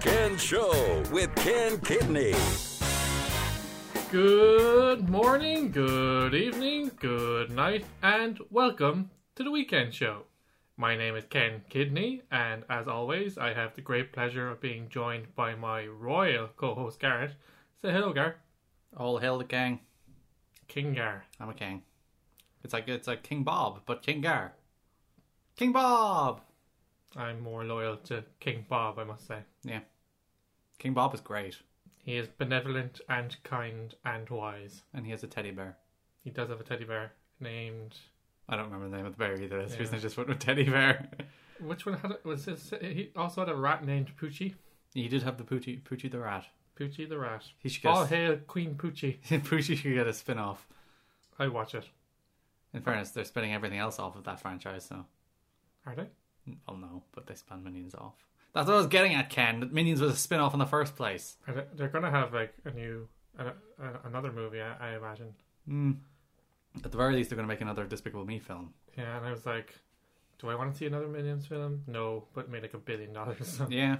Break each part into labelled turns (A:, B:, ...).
A: Ken Show with Ken Kidney.
B: Good morning, good evening, good night, and welcome to the weekend show. My name is Ken Kidney, and as always, I have the great pleasure of being joined by my royal co host Garrett. Say hello, Gar.
C: All hail the king.
B: King Gar.
C: I'm a king. It's like it's like King Bob, but King Gar. King Bob.
B: I'm more loyal to King Bob, I must say.
C: Yeah. King Bob is great,
B: He is benevolent and kind and wise.
C: and he has a teddy bear.
B: He does have a teddy bear named.
C: I don't remember the name of the bear either. That's the
B: Yeah.
C: reason I just went with teddy bear.
B: Which one had it? Was this? He also had a rat named Poochie.
C: he did have the Poochie, Poochie the rat.
B: Poochie the rat.
C: He should
B: All
C: get.
B: hail Queen Poochie.
C: a- Poochie should get a spin off.
B: I watch it.
C: In fairness, they're spinning everything else off of that franchise, so
B: Are they?
C: well, no, but they spun Minions off. That's what I was getting at, Ken. that Minions was a spin off in the first place.
B: And they- they're gonna have like a new a, a, another movie, I, I imagine.
C: Hmm. At the very least, they're going to make another Despicable Me film.
B: Yeah, and I was like, do I want to see another Minions film? No, but it made like a billion dollars. So
C: Yeah.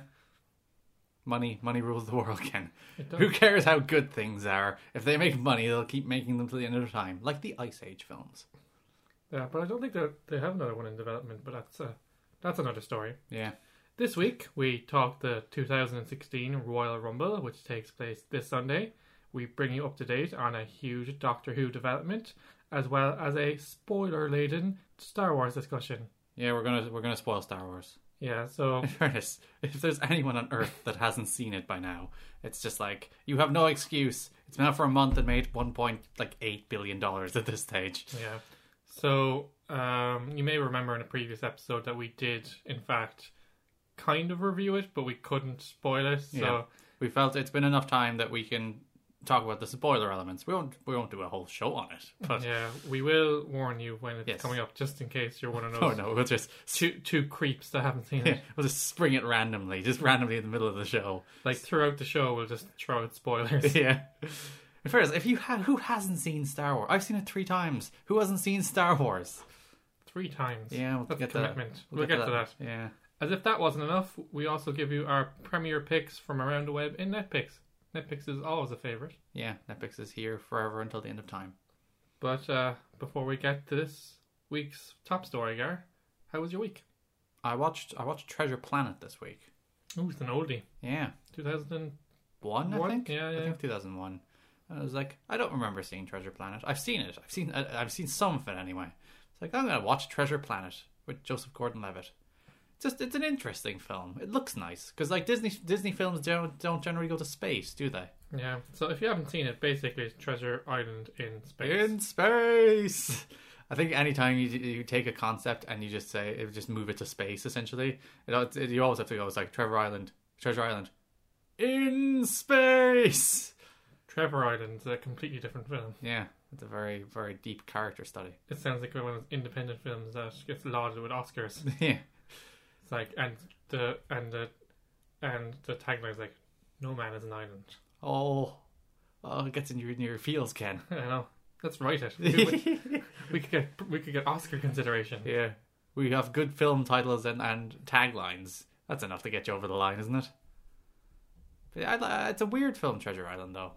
C: Money, money rules the world, Ken.
B: it
C: Who
B: does.
C: cares how good things are? If they make money, they'll keep making them till the end of time, like the Ice Age films.
B: Yeah, but I don't think that they have another one in development. But that's uh, that's another story.
C: Yeah,
B: This week we talked the 2016 Royal Rumble, which takes place this Sunday. We bring you up to date on a huge Doctor Who development, as well as a spoiler-laden Star Wars discussion.
C: yeah, we're gonna we're gonna spoil Star Wars.
B: Yeah, so
C: In fairness, if there's anyone on Earth that hasn't seen it by now, it's just like you have no excuse. It's been out for a month and made one point like eight billion dollars at this stage.
B: Yeah. So um, you may remember in a previous episode that we did, in fact, kind of review it, but we couldn't spoil it. So
C: Yeah. We felt it's been enough time that we can talk about the spoiler elements. We won't we won't do a whole show on it, but
B: yeah, we will warn you when it's
C: Yes.
B: coming up, just in case you're one of those
C: oh no, we'll just
B: two two creeps that haven't seen
C: yeah,
B: it.
C: we'll just spring it randomly, just randomly in the middle of the show.
B: Like throughout the show, we'll just throw out spoilers.
C: yeah. First, if you ha- who hasn't seen Star Wars? I've seen it three times. Who hasn't seen Star Wars?
B: Three times.
C: Yeah, we'll
B: That's
C: get to that.
B: commitment. We'll, get, to that.
C: Yeah,
B: As if that wasn't enough, we also give you our premier picks from around the web in Netpicks. Netpicks is always a favorite.
C: yeah. Netflix is here forever until the end of time.
B: But uh, before we get to this week's top story, Gar, how was your week?
C: I watched I watched Treasure Planet this week.
B: Ooh, it's an oldie.
C: Yeah,
B: 2000. and-
C: one I
B: One?
C: think.
B: Yeah,
C: I
B: yeah.
C: think two thousand one. I was like, I don't remember seeing Treasure Planet. I've seen it. I've seen I, I've seen some of it anyway. It's like I'm gonna watch Treasure Planet with Joseph Gordon-Levitt. Just it's an interesting film. It looks nice because like Disney Disney films don't don't generally go to space, do they?
B: Yeah. So if you haven't seen it, basically it's Treasure Island in space.
C: in space. I think anytime you you take a concept and you just say it, just move it to space. Essentially, it, al- it, you always have to go. It's like Trevor Island, Treasure Island, in space.
B: Trevor Island's a completely different film.
C: Yeah, it's a very very deep character study.
B: It sounds like one of those independent films that gets lauded with Oscars.
C: yeah,
B: It's like and the and the and the tagline's like, "No man is an island."
C: oh, oh, it gets in your in your feels, Ken.
B: I know. Let's write it. We, we could get we could get Oscar consideration.
C: yeah, we have good film titles and and taglines. That's enough to get you over the line, isn't it? But I, li- it's a weird film, Treasure Island, though.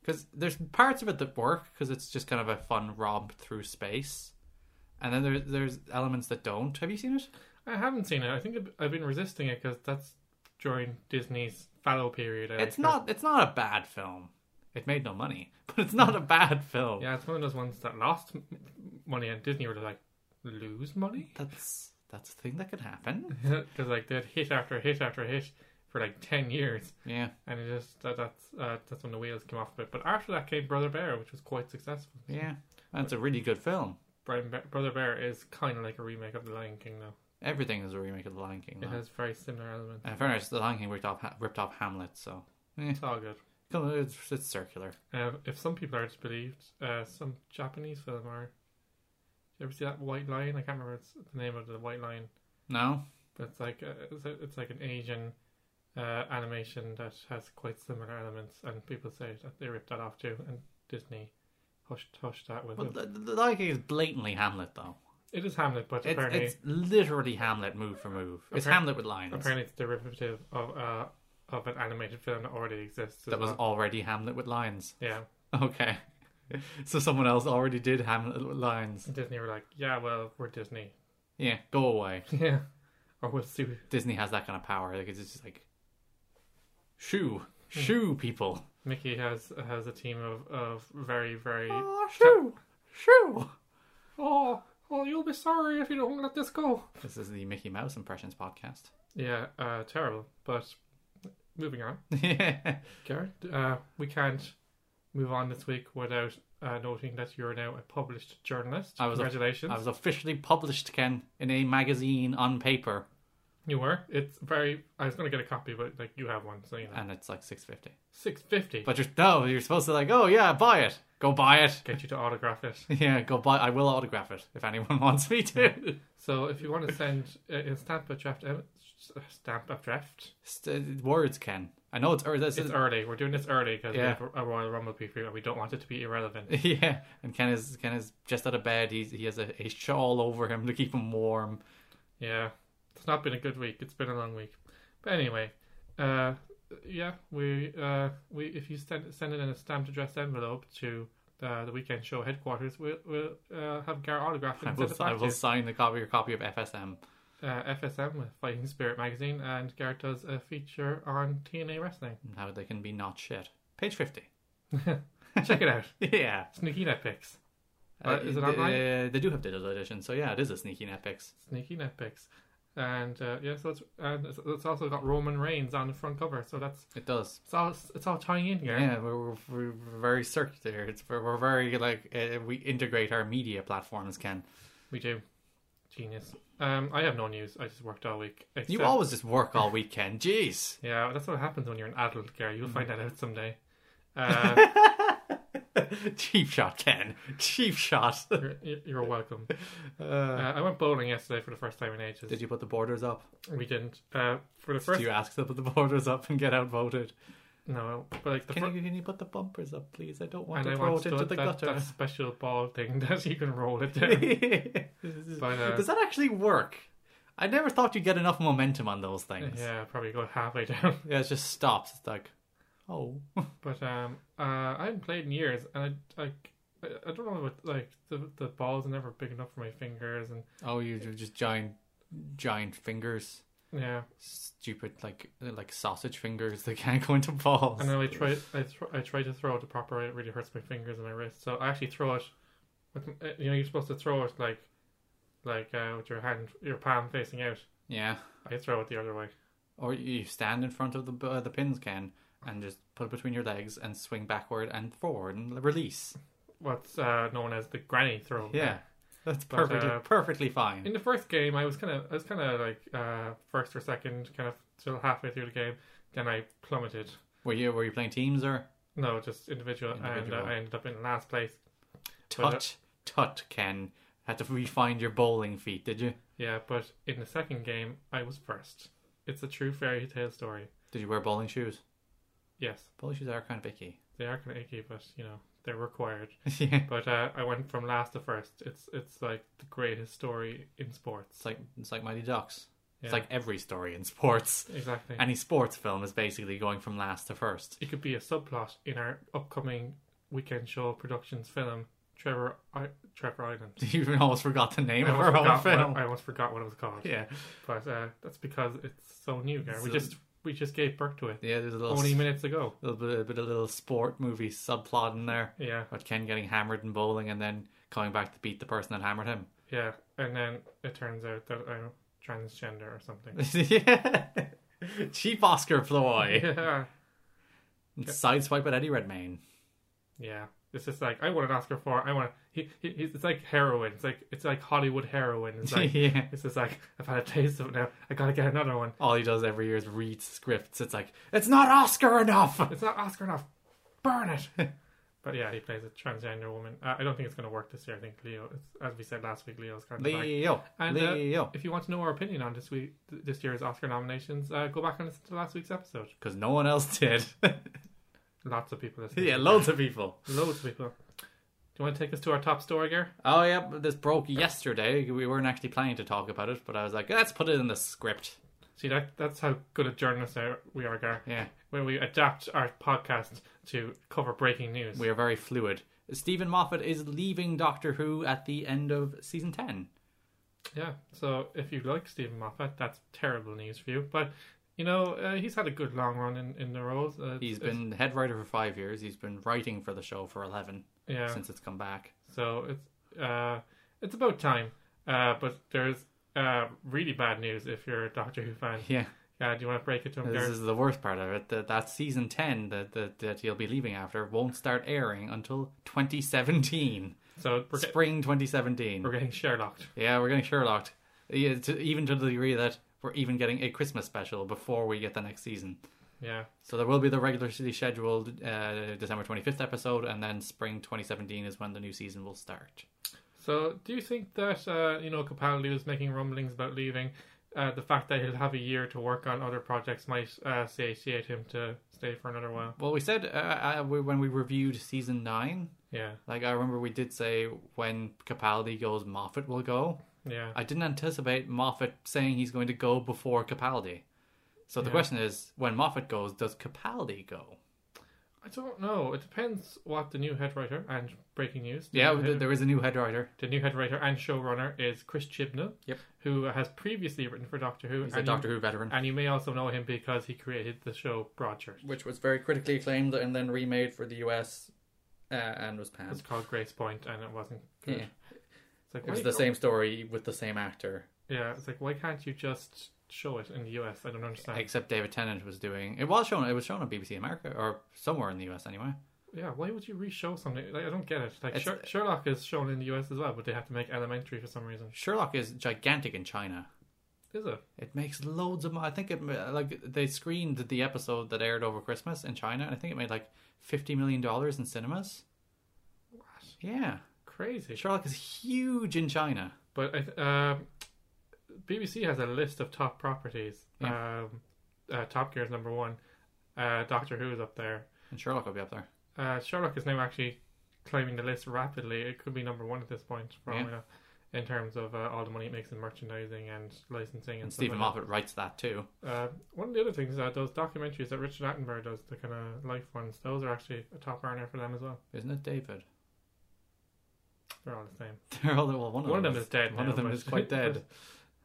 C: because there's parts of it that work because it's just kind of a fun romp through space, and then there's there's elements that don't. Have you seen it?
B: I haven't seen it. I think I've- I've been resisting it because that's during Disney's fallow period. I
C: It's
B: think.
C: not it's not a bad film. It made no money, but it's not a bad film.
B: Yeah, it's one of those ones that lost m- m- money, and Disney were like, lose money
C: That's that's a thing that could happen.
B: because like they had hit after hit after hit for like ten years,
C: Yeah,
B: and it just that, that's uh, that's when the wheels came off a bit. But after that came Brother Bear, which was quite successful.
C: yeah, and it's a really good film.
B: Brian Be- Brother Bear is kind of like a remake of The Lion King, though.
C: Everything is a remake of The Lion King.
B: It
C: Though.
B: has very similar elements.
C: And in fairness, The Lion King ripped off Ha- ripped off Hamlet, so eh,
B: It's all good.
C: come on, it's, it's circular.
B: Uh, if some people are disbelieved, uh, some Japanese film are. You ever see that White Lion? I can't remember it's the name of the White Lion.
C: No,
B: But it's like uh, it's, a- it's like an Asian uh, animation that has quite similar elements, and people say that they ripped that off too, and Disney hushed hushed that with
C: but
B: them.
C: The, the Lion King is blatantly Hamlet, though.
B: It is Hamlet, but
C: It's,
B: apparently
C: it's literally Hamlet move for move. It's
B: Appar-
C: Hamlet with lines.
B: apparently it's derivative of uh, of an animated film that already exists. as
C: That was
B: well.
C: already Hamlet with lions.
B: yeah.
C: Okay. So someone else already did Hamlet with lions.
B: Disney were like, yeah, well, we're Disney,
C: Yeah, go away.
B: yeah, or we'll sue.
C: Disney has that kind of power. Like it's just like shoo,
B: Hmm.
C: shoo people.
B: Mickey has has a team of of very very.
C: Oh, shoo, shoo.
B: Oh, oh, you'll be sorry if you don't let this go.
C: This is the Mickey Mouse impressions podcast.
B: Yeah, uh, terrible. But moving on,
C: yeah.
B: Gary, uh, we can't move on this week without uh, noting that you're now a published journalist.
C: I was a-
B: Congratulations,
C: I was officially published, Ken, in a magazine on paper,
B: you were. It's very. I was gonna get a copy, but like you have one, so you know.
C: and it's like six fifty.
B: Six fifty.
C: Uh. But you're no, you're supposed to like, oh yeah, buy it, go buy it.
B: Get you to autograph it.
C: Yeah, go buy. I will autograph it if anyone wants me to.
B: So if you want to send uh, in stamp a draft, uh, stamp a draft.
C: St- words, Ken. I know it's, or this
B: It's
C: is,
B: early. We're doing this early because
C: Yeah.
B: we have a Royal Rumble preview and we don't want it to be irrelevant.
C: yeah. And Ken is Ken is just out of bed. He's, he has a, a shawl over him to keep him warm.
B: Yeah, it's not been a good week. It's been a long week. But anyway, uh, yeah, we uh, we if you send send it in a stamped addressed envelope to uh, the weekend show headquarters, we'll, we'll uh, have Gar autograph it
C: I
B: and
C: will,
B: send it
C: I
B: back to
C: will
B: you.
C: sign the copy your copy of FSM.
B: uh, FSM with Fighting Spirit magazine, and Garrett does a feature on TNA wrestling.
C: and How they can be not shit. Page fifty.
B: Check it out.
C: Yeah.
B: Sneaky net picks. Uh, is it online?
C: They, they do have digital edition, so yeah, it is a sneaky Netflix.
B: Sneaky Netflix. And uh, yeah, so it's and it's, it's also got Roman Reigns on the front cover, so that's
C: It does.
B: it's all it's all tying in here.
C: Yeah, we're, we're, we're very circular. It's we're, we're very like uh, we integrate our media platforms. Ken,
B: We do, genius. Um, I have no news. I just worked all week.
C: you
B: except-
C: always just work all weekend. Jeez.
B: yeah, that's what happens when you're an adult, Gary.
C: Mm-hmm.
B: You'll find that out someday. Uh,
C: Cheap shot, Ken. Cheap shot.
B: you're, you're welcome. Uh, I went bowling yesterday for the first time in ages.
C: Did you put the borders up?
B: We didn't. Uh, for the
C: Did
B: first
C: you ask to put the borders up and get outvoted?
B: no, but like the
C: Can
B: first.
C: you, can you put the bumpers up, please? I don't want
B: And I
C: to throw
B: want
C: it into
B: that,
C: the
B: that,
C: gutter.
B: that special ball thing that you can roll it down. But, uh,
C: Does that actually work? I never thought you'd get enough momentum on those things.
B: yeah, probably go halfway down.
C: Yeah, it just stops. It's like, oh.
B: But um, uh, I haven't played in years, and I like I, I don't know what like the the balls are never big enough for my fingers, and
C: oh, you do just giant, giant fingers.
B: yeah.
C: Stupid, like like sausage fingers. They can't go into balls.
B: And then I try I thr I try to throw it the proper way. It really hurts my fingers and my wrist. So I actually throw it with uh, you know you're supposed to throw it like like uh, with your hand your palm facing out.
C: Yeah.
B: I throw it the other way.
C: Or you stand in front of the uh, the pins can and just put it between your legs and swing backward and forward and l- release.
B: What's uh, known as the granny throw.
C: Yeah, that's
B: But,
C: perfectly
B: uh,
C: perfectly fine.
B: In the first game, I was kind of I was kind of like uh, first or second, kind of till halfway through the game. Then I plummeted.
C: were you were you playing teams or
B: No, just individual,
C: Individual.
B: and uh, I ended up in last place. Well, uh,
C: tut tut Ken? Had to re-find your bowling feet, did you?
B: Yeah, but in the second game, I was first. It's a true fairy tale story.
C: Did you wear bowling shoes?
B: Yes,
C: Bowling shoes are kind of icky.
B: they are kind of icky, but you know they're required.
C: yeah,
B: But uh, I went from last to first. It's it's like the greatest story in sports.
C: it's like it's like Mighty Ducks.
B: Yeah.
C: It's like every story in sports.
B: Exactly.
C: Any sports film is basically going from last to first.
B: it could be a subplot in our upcoming weekend show productions film, Trevor I- Trevor Island.
C: You even almost forgot the name
B: I
C: of
B: almost,
C: our own
B: forgot
C: film.
B: what, I almost forgot what it was called.
C: Yeah,
B: But uh, that's because it's so new, Gary. We
C: So-
B: just we just gave birth to it
C: yeah. There's a little
B: only minutes ago.
C: little bit, a bit of little sport movie subplot in there
B: Yeah,
C: about Ken getting hammered in bowling and then coming back to beat the person that hammered him.
B: yeah. And then it turns out that I'm transgender or something.
C: yeah. Cheap Oscar ploy.
B: yeah.
C: Sideswipe at Eddie Redmayne.
B: Yeah. It's just like I want an Oscar for. I want. He, he, he's- it's like heroin. It's like it's like Hollywood heroin. It's like
C: yeah.
B: it's just like I've had a taste of it now. I gotta get another one.
C: All he does every year is read scripts. It's like, it's not Oscar enough!
B: It's not Oscar enough. Burn it. but yeah, he plays a transgender woman. Uh, I don't think it's gonna work this year. I think Leo, it's, as we said last week, Leo's kind of back.
C: Leo.
B: And, uh,
C: Leo.
B: If you want to know our opinion on this week, th- this year's Oscar nominations, uh, go back and listen to last week's episode.
C: Because no one else did.
B: Lots of people listening.
C: yeah, loads of people.
B: loads of people. Do you want to take us to our top story, Gare?
C: Oh, yeah, but this broke yesterday. We weren't actually planning to talk about it, but I was like, let's put it in the script.
B: See that that's how good at journalists are- we are, Gar.
C: Yeah.
B: When we adapt our podcast to cover breaking news.
C: We are very fluid. Stephen Moffat is leaving Doctor Who at the end of season 10.
B: Yeah. So if you like Stephen Moffat, that's terrible news for you. But you know uh, he's had a good long run in, in the roles. Uh,
C: He's
B: it's-
C: been head writer for five years. He's been writing for the show for 11
B: yeah.
C: since it's come back.
B: So it's uh, it's about time. Uh, but there's uh, really bad news if you're a Doctor Who fan.
C: Yeah.
B: Yeah, do you want to break it to him,
C: This
B: Gareth?
C: is the worst part of it. That, that season 10 that, that, that he'll be leaving after won't start airing until 2017.
B: So we're, get-
C: Spring 2017.
B: we're getting Sherlocked.
C: Yeah, we're getting Sherlocked. Yeah, to, even to the degree that we're even getting a Christmas special before we get the next season.
B: Yeah.
C: So there will be the regularly scheduled uh, December 25th episode, and then spring 2017 is when the new season will start.
B: So do you think that uh, you know Capaldi was making rumblings about leaving? Uh, the fact that he'll have a year to work on other projects might uh, satiate him to stay for another while.
C: Well, we said uh, uh, we, when we reviewed season 9,
B: Yeah,
C: like I remember we did say when Capaldi goes, Moffat will go.
B: yeah,
C: I didn't anticipate Moffat saying he's going to go before Capaldi. So the
B: Yeah.
C: question is, when Moffat goes, does Capaldi go?
B: I don't know. It depends what the new head writer and breaking news. the
C: Yeah,
B: new
C: th-
B: head,
C: there is a new head writer.
B: the new head writer and showrunner is Chris Chibnall.
C: Yep.
B: who has previously written for Doctor Who.
C: He's
B: and
C: a Doctor
B: you,
C: Who veteran.
B: and you may also know him because he created the show Broadchurch.
C: which was very critically acclaimed and then remade for the US uh, and was
B: It's
C: panned.
B: called Grace Point, and it wasn't. Good.
C: Yeah.
B: It's like
C: It was
B: why-
C: the same story with the same actor,
B: Yeah, it's like why can't you just show it in the US? I don't understand.
C: except David Tennant was doing. It was shown. It was shown on BBC America or somewhere in the US anyway.
B: Yeah, why would you re-show something? Like, I don't get it. Like
C: It's-
B: Sher- Sherlock is shown in the US as well, but they have to make Elementary for some reason.
C: Sherlock is gigantic in China.
B: Is it?
C: It makes loads of money. I think it ma- like they screened the episode that aired over Christmas in China, and I think it made like fifty million dollars in cinemas. Yeah,
B: Crazy.
C: Sherlock is huge in China.
B: But I th- um BBC has a list of top properties. Um, uh, top Gear is number one. Uh, Doctor Who is up there.
C: And Sherlock will be up there.
B: Uh, Sherlock is now actually climbing the list rapidly. It could be number one at this point, for all
C: Yeah.
B: we know, in terms of uh, all the money it makes in merchandising and licensing and,
C: And
B: stuff
C: Stephen
B: like that.
C: Moffat writes that too.
B: Uh, one of the other things is that those documentaries that Richard Attenborough does, the kind of life ones, those are actually a top earner for them as well.
C: Isn't it, David?
B: They're all the same.
C: They're all, well, one of
B: One of
C: them,
B: them is dead.
C: Oh, One
B: now,
C: of them
B: but-
C: is quite dead.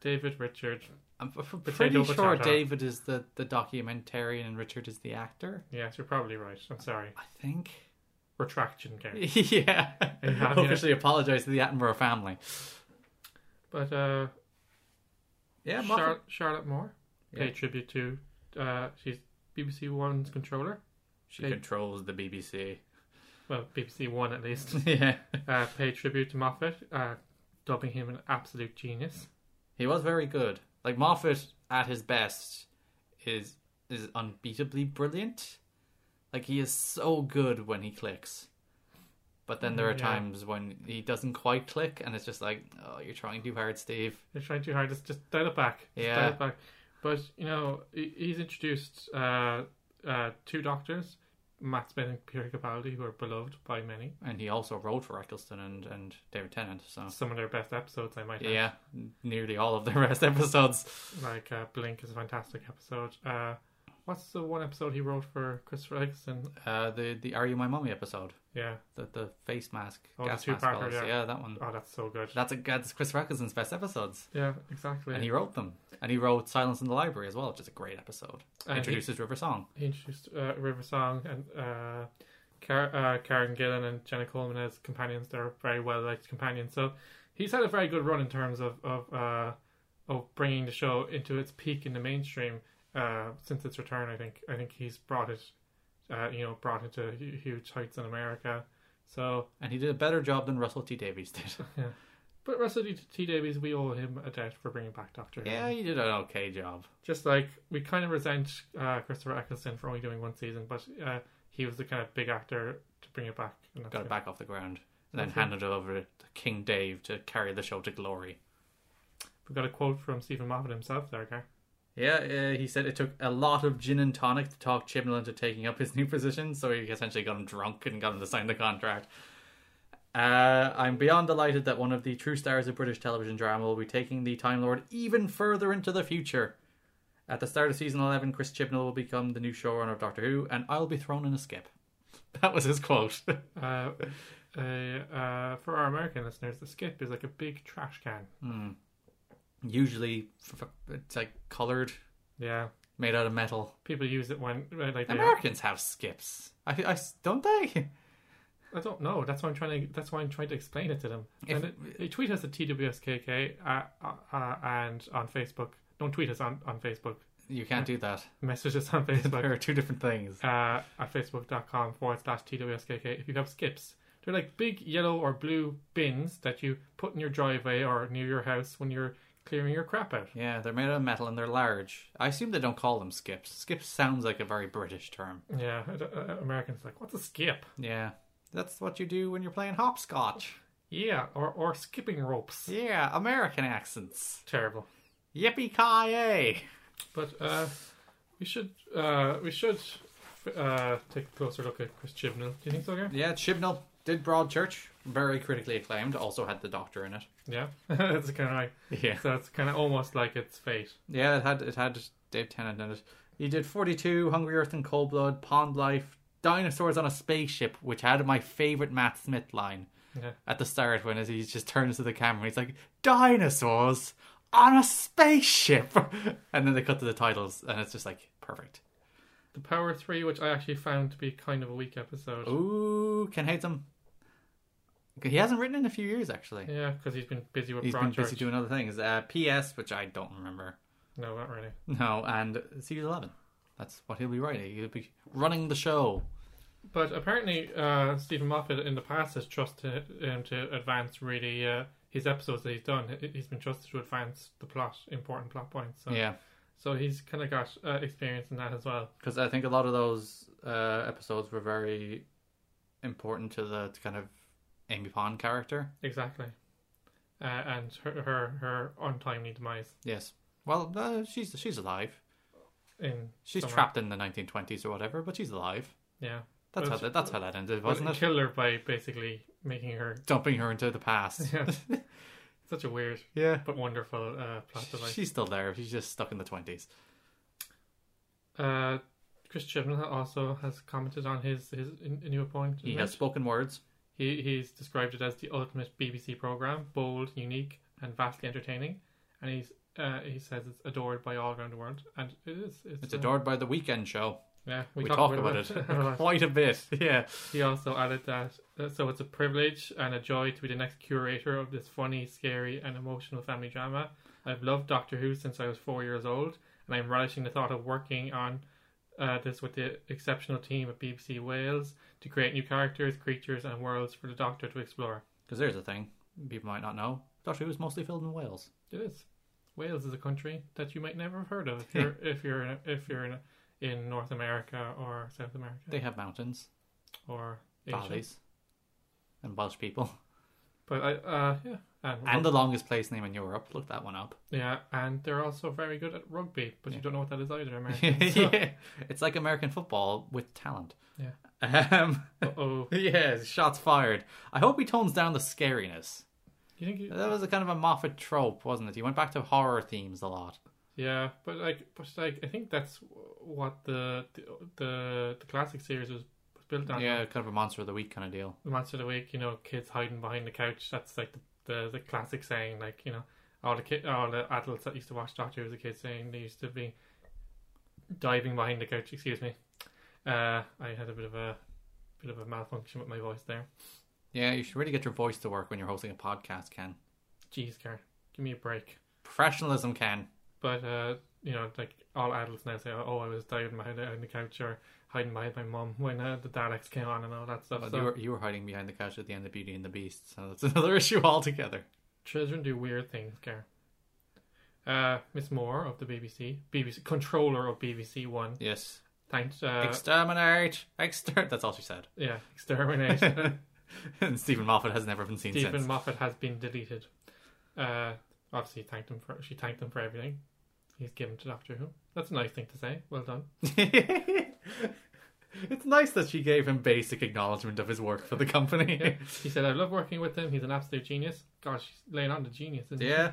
B: David, Richard,
C: I'm f- f-
B: Potato,
C: pretty sure
B: potato.
C: David is the, the documentarian and Richard is the actor.
B: yes, you're probably right. I'm sorry.
C: I think.
B: Retraction care.
C: yeah.
B: Yeah.
C: Officially apologise to the Attenborough family.
B: But uh,
C: Yeah,
B: Char- Charlotte Moore
C: Yeah.
B: paid tribute to. Uh, she's BBC One's controller.
C: She
B: Hey.
C: controls the BBC.
B: Well, BBC One at least.
C: yeah.
B: uh, paid tribute to Moffat, uh, dubbing him an absolute genius.
C: He was very good. Like Moffat at his best is is unbeatably brilliant. Like he is so good when he clicks. But then there are
B: Yeah.
C: times when he doesn't quite click and it's just like, Oh, you're trying too hard, Steve.
B: They're trying too hard. Just, just dial it back. Just
C: Yeah.
B: Dial it back. But, you know, he- he's introduced uh, uh, two doctors, Matt Smith and Peter Capaldi, who are beloved by many.
C: And he also wrote for Eccleston and, and David Tennant, so
B: Some of their best episodes, I might add.
C: yeah, nearly all of the rest episodes.
B: Like, uh, Blink is a fantastic episode. Uh, what's the one episode he wrote for Christopher Eccleston?
C: Uh, the the Are You My Mummy episode,
B: Yeah.
C: the the face mask,
B: Oh, the
C: gas mask,
B: two-parter,
C: fellas.
B: yeah.
C: yeah. that one.
B: Oh, that's so good.
C: That's a that's Chris Eccleston's best episodes,
B: yeah, exactly.
C: and he wrote them. And he wrote Silence in the Library as well, which is a great episode.
B: And Uh, he-
C: Introduces River Song.
B: He introduced uh, River Song and uh, Car- uh, Karen Gillan and Jenna Coleman as companions. They're very well liked companions. So he's had a very good run in terms of of, uh, of bringing the show into its peak in the mainstream uh, since its return. I think I think he's brought it, uh, you know, brought it to hu- huge heights in America. So,
C: And he did a better job than Russell T Davies did.
B: but Russell D- T Davies, we owe him a debt for bringing back Doctor Who.
C: yeah, he did an okay job.
B: just like we kind of resent uh, Christopher Eccleston for only doing one season, but uh, he was the kind of big actor to bring it back. And that's
C: Got
B: it.
C: it back off the ground, and then
B: That's it.
C: handed it over to King Dave to carry the show to glory.
B: We've got a quote from Stephen Moffat himself there, okay?
C: Yeah, uh, he said it took a lot of gin and tonic to talk Chibnall into taking up his new position, so he essentially got him drunk and got him to sign the contract. Uh, I'm beyond delighted that one of the true stars of British television drama will be taking the Time Lord even further into the future. At the start of season 11, Chris Chibnall will become the new showrunner of Doctor Who, and I'll be thrown in a skip. That was his quote.
B: Uh, uh, uh, for our American listeners, the skip is like a big trash can.
C: Hmm. Usually, f- f- it's like colored,
B: Yeah,
C: made out of metal.
B: people use it when when, like they.
C: Americans have skips. I, I s- don't they?
B: I don't know. That's why I'm trying to. That's why I'm trying to explain it to them.
C: If-
B: and it, they tweet us at TWSKK uh, uh, uh, and on Facebook. Don't tweet us on on Facebook.
C: You can't do that.
B: Message us on Facebook.
C: There are two different things.
B: uh, at facebook.com forward slash TWSKK if you have skips. They're like big yellow or blue bins that you put in your driveway or near your house when you're clearing your crap out.
C: Yeah, they're made out of metal and they're large. I assume they don't call them skips. Skips sounds like a very British term.
B: Yeah, I don't- uh, Americans like, what's a skip?
C: Yeah. That's what you do when you're playing hopscotch.
B: Yeah, or, or skipping ropes.
C: Yeah, American accents.
B: Terrible.
C: Yippee ki yay!
B: But uh, we should uh, we should uh, take a closer look at Chris Chibnall. Do you think so, Gary?
C: Yeah, Chibnall did Broadchurch, very critically acclaimed. Also had the Doctor in it.
B: Yeah, it's kind of like
C: Yeah,
B: so it's kind of almost like it's fate.
C: yeah, it had it had Dave Tennant in it. He did Forty Two, Hungry Earth and Cold Blood, Pond Life, Dinosaurs on a Spaceship, which had my favorite Matt Smith line
B: Yeah.
C: at the start when he just turns to the camera. He's like, "Dinosaurs on a spaceship," and then they cut to the titles, and it's just like perfect.
B: The Power Three, which I actually found to be kind of a weak episode.
C: Ooh, can hate them. He hasn't written in a few years actually.
B: Yeah, because he's been busy with
C: He's been
B: Broadchurch.
C: busy doing other things. Uh, P.S., which I don't remember.
B: No, not really.
C: No, and season eleven. That's what he'll be writing. He'll be running the show.
B: But apparently, uh, Stephen Moffat in the past has trusted him to advance really uh, his episodes that he's done. He- He's been trusted to advance the plot, important plot points. So,
C: Yeah,
B: so he's kind of got uh, experience in that as well.
C: because I think a lot of those uh, episodes were very important to the to kind of Amy Pond character.
B: Exactly. Uh, and her, her her untimely demise
C: Yes. Well, uh, she's she's alive.
B: in
C: She's
B: somewhere.
C: trapped in the 1920s or whatever, but she's alive.
B: Yeah,
C: That's
B: Well,
C: how
B: she-
C: that, that's how that ended,
B: was
C: wasn't it?
B: Killed her by basically making her
C: Dumping her into the past.
B: Yeah. such a weird
C: yeah.
B: but wonderful uh, plot device.
C: She's still there. She's just stuck in the 20s.
B: Uh, Chris Chibnall also has commented on his his in- new appointment.
C: He has spoken words.
B: He he's described it as the ultimate BBC program, bold, unique, and vastly entertaining. And he's uh, he says it's adored by all around the world, and it is. It's,
C: It's
B: uh,
C: adored by the weekend show.
B: Yeah,
C: We, talk, about, it quite a bit. Yeah.
B: he also added that uh, so it's a privilege and a joy to be the next curator of this funny, scary, and emotional family drama. I've loved Doctor Who since I was four years old, and I'm relishing the thought of working on uh, this with the exceptional team at BBC Wales to create new characters, creatures, and worlds for the Doctor to explore.
C: Because there's a thing people might not know. Doctor Who is mostly filmed in Wales.
B: It is. Wales is a country that you might never have heard of if you're if you're in, if you're in, in North America or South America
C: They have mountains,
B: or Asia.
C: valleys, and Welsh people.
B: But I uh yeah and,
C: And the longest place name in Europe. Look that one up.
B: yeah and they're also very good at rugby, but you don't know what that is either. American. So,
C: yeah. It's like American football with talent.
B: Yeah.
C: Um,
B: oh,
C: yeah, shots fired. I hope he tones down the scariness.
B: you think you,
C: That was a kind of a Moffat trope, wasn't it? He went back to horror themes a lot.
B: yeah, but like but like I think that's what the the the, the classic series was built on.
C: Yeah, kind of a monster of the week kind of deal.
B: the monster of the week, you know, kids hiding behind the couch. That's like the the, the classic saying, like you know, all the kid, all the adults that used to watch Doctor Who as a kid saying they used to be diving behind the couch. Excuse me, uh, I had a bit of a bit of a malfunction with my voice there.
C: Yeah, you should really get your voice to work when you're hosting a podcast, Ken.
B: Jeez, Karen, give me a break.
C: Professionalism, Ken.
B: But uh, you know, like all adults now say, oh, I was diving behind the, on the couch or hiding behind my mum when uh, the Daleks came on and all that stuff.
C: But
B: so
C: you, were, you were hiding behind the couch at the end of Beauty and the Beast, so that's another issue altogether.
B: Children do weird things, Gar. Uh, Miss Moore of the BBC, BBC controller of BBC One,
C: Yes.
B: thanked. Uh,
C: Exterminate! Exter. That's all she said.
B: yeah, exterminate.
C: and Stephen Moffat has never been seen
B: Stephen
C: since.
B: Moffat has been deleted. Uh, obviously thanked him for she thanked him for everything he's given to Doctor Who. That's a nice thing to say. Well done.
C: it's nice that she gave him basic acknowledgement of his work for the company.
B: He said, "I love working with him. He's an absolute genius." God, she's laying on the genius. Isn't
C: yeah.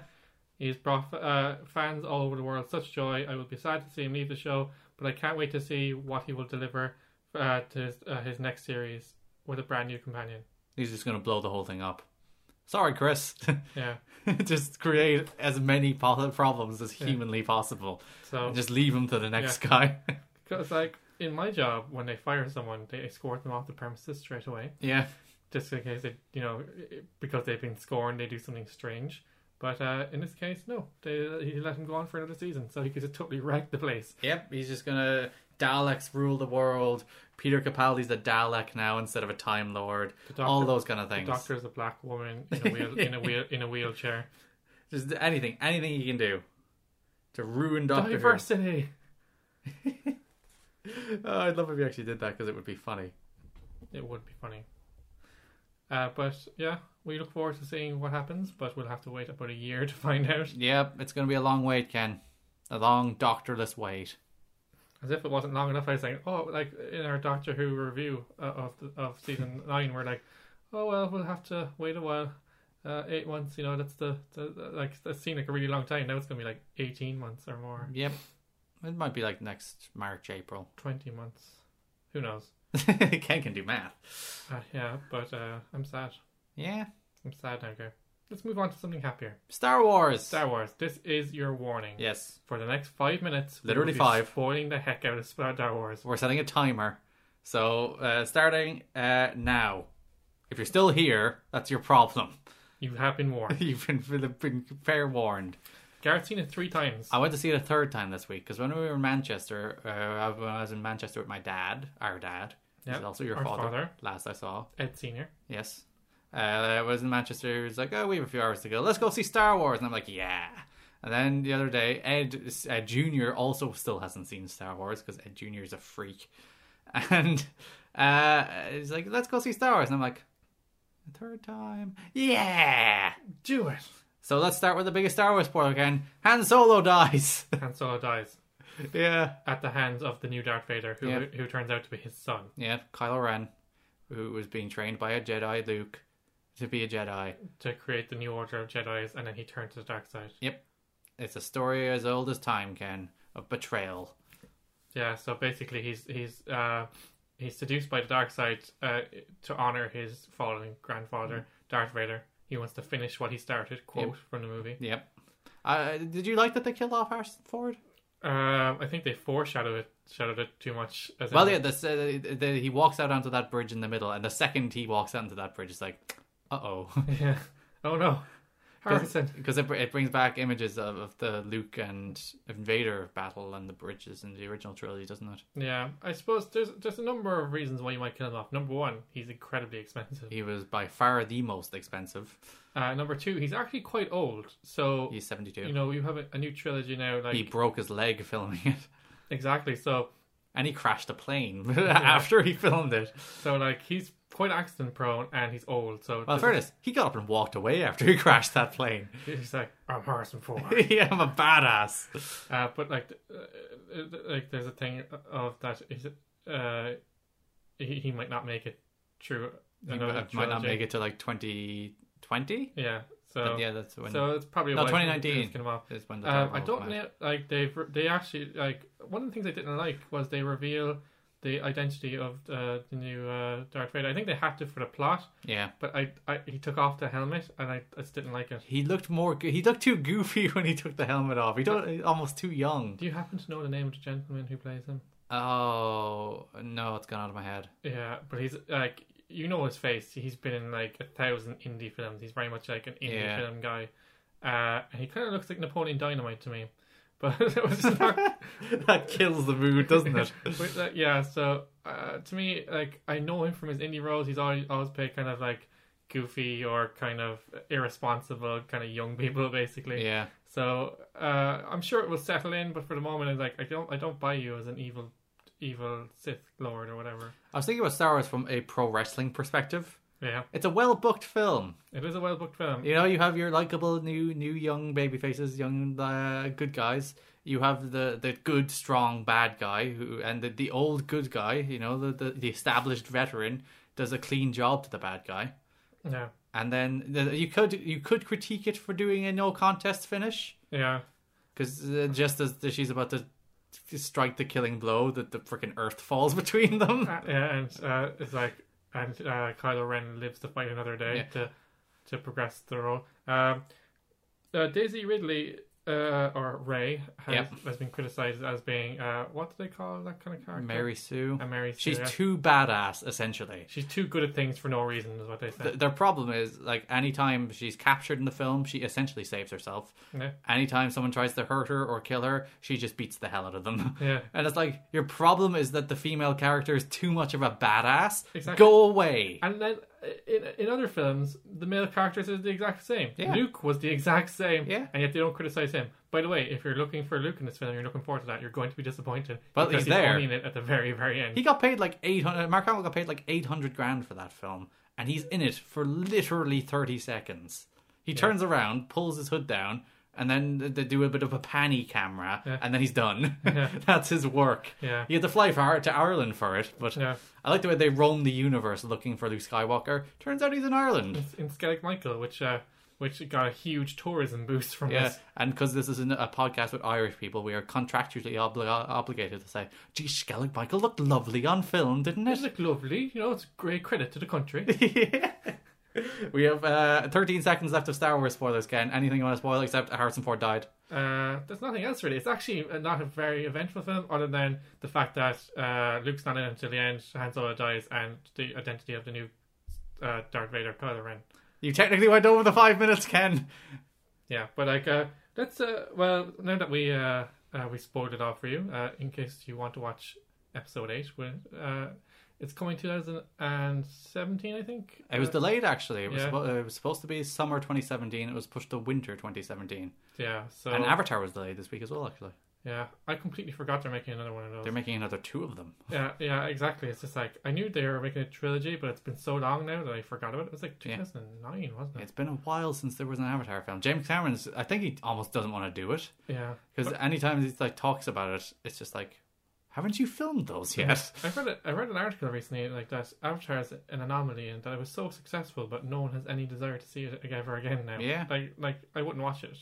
B: He's brought uh, fans all over the world such joy. I will be sad to see him leave the show, but I can't wait to see what he will deliver uh, to his, uh, his next series with a brand new companion.
C: He's just going to blow the whole thing up. Sorry, Chris.
B: Yeah.
C: just create as many po- problems as humanly possible.
B: So
C: And just leave him to the next guy.
B: Because, like, in my job, when they fire someone, they escort them off the premises straight away,
C: yeah.
B: just in case they, you know, because they've been scorned, they do something strange. But uh, in this case, no, they he let him go on for another season, so he could have totally wrecked the place.
C: Yep, he's just gonna Daleks rule the world. Peter Capaldi's a Dalek now instead of a Time Lord.
B: doctor-
C: All those kind of
B: The
C: things.
B: doctor is a black woman in a wheel, in a wheel, in a wheelchair.
C: Just anything, anything you can do to ruin Doctor Who.
B: Diversity.
C: Oh, I'd love if you actually did that because it would be funny.
B: It would be funny. Uh, but yeah, we look forward to seeing what happens, but we'll have to wait about a year to find out.
C: Yep, it's gonna be a long wait, Ken. A long doctorless wait.
B: As if it wasn't long enough, I was like, oh, like in our Doctor Who review uh, of the, of season nine, we're like, oh well, we'll have to wait a while, uh, eight months. You know, that's the, the, the- like that seemed like a really long time. Now it's gonna be like eighteen months or more,
C: Yep, it might be like next March, April.
B: twenty months. Who knows?
C: Ken can do math.
B: Uh, yeah, but uh, I'm sad.
C: Yeah,
B: I'm sad now, girl. Let's move on to something happier.
C: Star Wars.
B: Star Wars. This is your warning.
C: yes,
B: For the next five minutes, we
C: Literally
B: will be
C: five.
B: spoiling the heck out of Star Wars.
C: we're setting a timer. So uh, starting uh, now. If you're still here, that's your problem.
B: You have been warned.
C: You've been, been fair warned.
B: Garrett's seen it three times.
C: I went to see it a third time this week because when we were in Manchester, uh, when I was in Manchester with my dad, our dad,
B: Yep,
C: who's also your
B: our
C: father,
B: father.
C: last I saw,
B: Ed Senior.
C: yes. Uh, I was in Manchester, he was like, oh, we have a few hours to go. Let's go see Star Wars. And I'm like, yeah. And then the other day, Ed, Ed Jr. also still hasn't seen Star Wars because Ed Jr. is a freak. And uh, he's like, let's go see Star Wars. And I'm like, a third time? Yeah!
B: Do it.
C: So let's start with the biggest Star Wars spoiler again. Han Solo dies.
B: Han Solo dies.
C: yeah.
B: at the hands of the new Darth Vader, who
C: Yeah.
B: who turns out to be his son.
C: Yeah, Kylo Ren, who was being trained by a Jedi, Luke, to be a Jedi.
B: to create the new order of Jedi's, and then he turned to the dark side.
C: Yep. It's a story as old as time, Ken, of betrayal.
B: Yeah, so basically he's he's uh, he's seduced by the dark side uh, to honor his fallen grandfather, Darth Vader. He wants to finish what he started. Quote from the movie.
C: Mm-hmm. Yep. Uh, did you like that they killed off Harrison Ford?
B: Um, I think they foreshadowed it, shadowed it too much. As in,
C: Well, yeah, this, uh, the, he walks out onto that bridge in the middle, and the second he walks out onto that bridge, it's like, uh oh.
B: yeah. Oh no, Harrison.
C: Because it, it brings back images of, of the Luke and Vader battle and the bridges in the original trilogy, doesn't it?
B: Yeah, I suppose there's there's a number of reasons why you might kill him off. Number one, he's incredibly expensive.
C: He was by far the most expensive.
B: Uh, number two, he's actually quite old. So
C: He's 72.
B: you know you have a, a new trilogy now like
C: he broke his leg filming it
B: exactly so
C: and he crashed a plane after he filmed it
B: so like he's quite accident prone and he's old so
C: well in
B: this-
C: fairness he got up and walked away after he crashed that plane
B: he's like i'm harrison ford
C: yeah i'm a badass
B: uh, but like th- uh, uh, like there's a thing of that is uh he, he might not make it true
C: he might not make it to like 2020
B: yeah so
C: But yeah that's when
B: so it's probably
C: No,
B: why
C: 2019.
B: it's gonna come off.
C: is when the
B: Um,
C: Dark
B: I
C: World
B: don't
C: came out.
B: know. Like they, have they actually like one of the things I didn't like was they reveal the identity of uh, the new uh, Darth Vader. I think they had to for the plot,
C: yeah
B: But I, I he took off the helmet and I, I just didn't like it.
C: he looked more go- he looked too goofy when he took the helmet off he don't almost too young
B: Do you happen to know the name of the gentleman who plays him?
C: oh no it's gone out of my head
B: Yeah, but he's like you know his face. He's been in like a thousand indie films. He's very much like an indie
C: Yeah.
B: film guy. Uh, and he kind of looks like Napoleon Dynamite to me. But it was just not,
C: that kills the mood doesn't it
B: but, uh, yeah. So uh, to me, like I know him from his indie roles. He's always always played kind of like goofy or kind of irresponsible kind of young people basically.
C: yeah
B: So uh, I'm sure it will settle in, but for the moment, it's like I don't, I don't buy you as an evil, evil Sith Lord or whatever.
C: i was thinking about star wars from a pro wrestling perspective
B: Yeah,
C: It's a well booked film.
B: it is a well booked film.
C: You know, you have your likable new new young baby faces, young uh, good guys. You have the, the good strong bad guy who and the, the old good guy. You know, the, the the established veteran does a clean job to the bad guy,
B: Yeah,
C: and then the- you could you could critique it for doing a no contest finish
B: Yeah.
C: because uh, just as the- she's about to strike the killing blow, that the freaking earth falls between them.
B: Uh, yeah, and uh, it's like, and uh, Kylo Ren lives to fight another day
C: Yeah.
B: to to progress the role. Um, uh, Daisy Ridley uh, or Ray has,
C: Yep.
B: has been criticized as being uh, what do they call that kind of character?
C: Mary Sue,
B: A uh, Mary. Sue,
C: she's
B: yeah.
C: too badass essentially.
B: she's too good at things for no reason, is what they say.
C: Th- Their problem is like anytime she's captured in the film, she essentially saves herself.
B: yeah.
C: Anytime someone tries to hurt her or kill her, she just beats the hell out of them.
B: Yeah.
C: And it's like your problem is that the female character is too much of a badass.
B: Exactly.
C: Go away.
B: And then uh, in, in other films, the male characters are the exact same.
C: Yeah.
B: Luke was the exact same,
C: Yeah.
B: and yet they don't criticize him. By the way, if you're looking for Luke in this film, you're looking forward to that. You're going to be disappointed,
C: But
B: because
C: he's there.
B: only in it at the very, very end.
C: He got paid like 800 Mark Hamill got paid like 800 grand for that film and he's in it for literally 30 seconds. He turns around, pulls his hood down, and then they do a bit of a panny camera and then he's done. That's his work.
B: Yeah.
C: He had to fly far to Ireland for it, but
B: Yeah.
C: I like the way they roam the universe looking for Luke Skywalker. Turns out he's in Ireland.
B: in Skellig Michael, which uh, which got a huge tourism boost from
C: Yeah,
B: this.
C: and because this is an, a podcast with Irish people, we are contractually obli- obligated to say, "Gee, Skellig Michael looked lovely on film, didn't
B: It's
C: it?"
B: like lovely, you know. It's great credit to the country.
C: we have uh, 13 seconds left of Star Wars spoilers. Ken, anything you want to spoil except Harrison Ford died?
B: uh, there's nothing else really. It's actually uh, not a very eventful film, other than the fact that uh, Luke's not in it until the end. Han Solo dies, and the identity of the new uh, Darth Vader, Kylo Ren.
C: You technically went over the five minutes, Ken.
B: Yeah, but like, uh, let's uh, well, now that we uh, uh we spoiled it all for you, uh, in case you want to watch episode eight, when uh, it's coming 2017, I think.
C: It was
B: Uh,
C: delayed. Actually, it was,
B: Yeah.
C: suppo- uh, it was supposed to be summer 2017. It was pushed to winter 2017.
B: yeah. So
C: And Avatar was delayed this week as well. Actually,
B: Yeah, I completely forgot they're making another one of those.
C: they're making another two of them.
B: yeah, yeah, exactly. It's just like I knew they were making a trilogy, but it's been so long now that I forgot about it. It was like
C: Yeah.
B: 2009, wasn't it?
C: It's been a while since there was an Avatar film. James Cameron's, I think he almost doesn't want to do it.
B: Yeah,
C: Because anytime he like talks about it, it's just like, haven't you filmed those yet?
B: I read a, I read an article recently like that Avatar is an anomaly and that it was so successful, but no one has any desire to see it ag- ever again now.
C: Yeah.
B: like like I wouldn't watch it.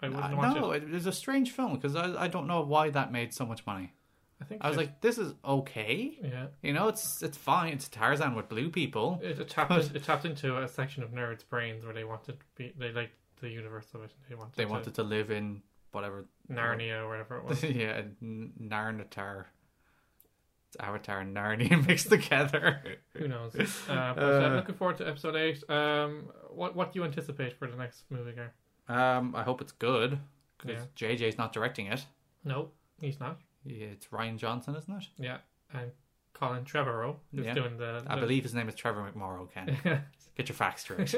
B: I
C: Uh,
B: wouldn't watch
C: no,
B: it.
C: it, it's a strange film because I, I don't know why that made so much money.
B: I think
C: I was
B: it-
C: like, this is okay.
B: yeah,
C: You know, it's it's fine. It's Tarzan with blue people.
B: it, it tapped in- it tapped into a section of nerds' brains where they wanted to be they liked the universe of it. They wanted
C: They
B: to-
C: wanted to live in whatever.
B: Narnia or whatever it was.
C: yeah, N- Narnatar. It's Avatar and Narnia mixed together.
B: Who knows? Uh, but uh, looking forward to episode eight. Um, what what do you anticipate for the next movie, Gar?
C: um, I hope it's good because
B: Yeah.
C: JJ's not directing it.
B: No, he's not.
C: It's Ryan Johnson, isn't it?
B: Yeah, and Colin Trevorrow who's
C: Yeah.
B: doing the.
C: I
B: the-
C: believe his name is Trevor McMorrow. Ken,
B: uh,
C: get your facts straight.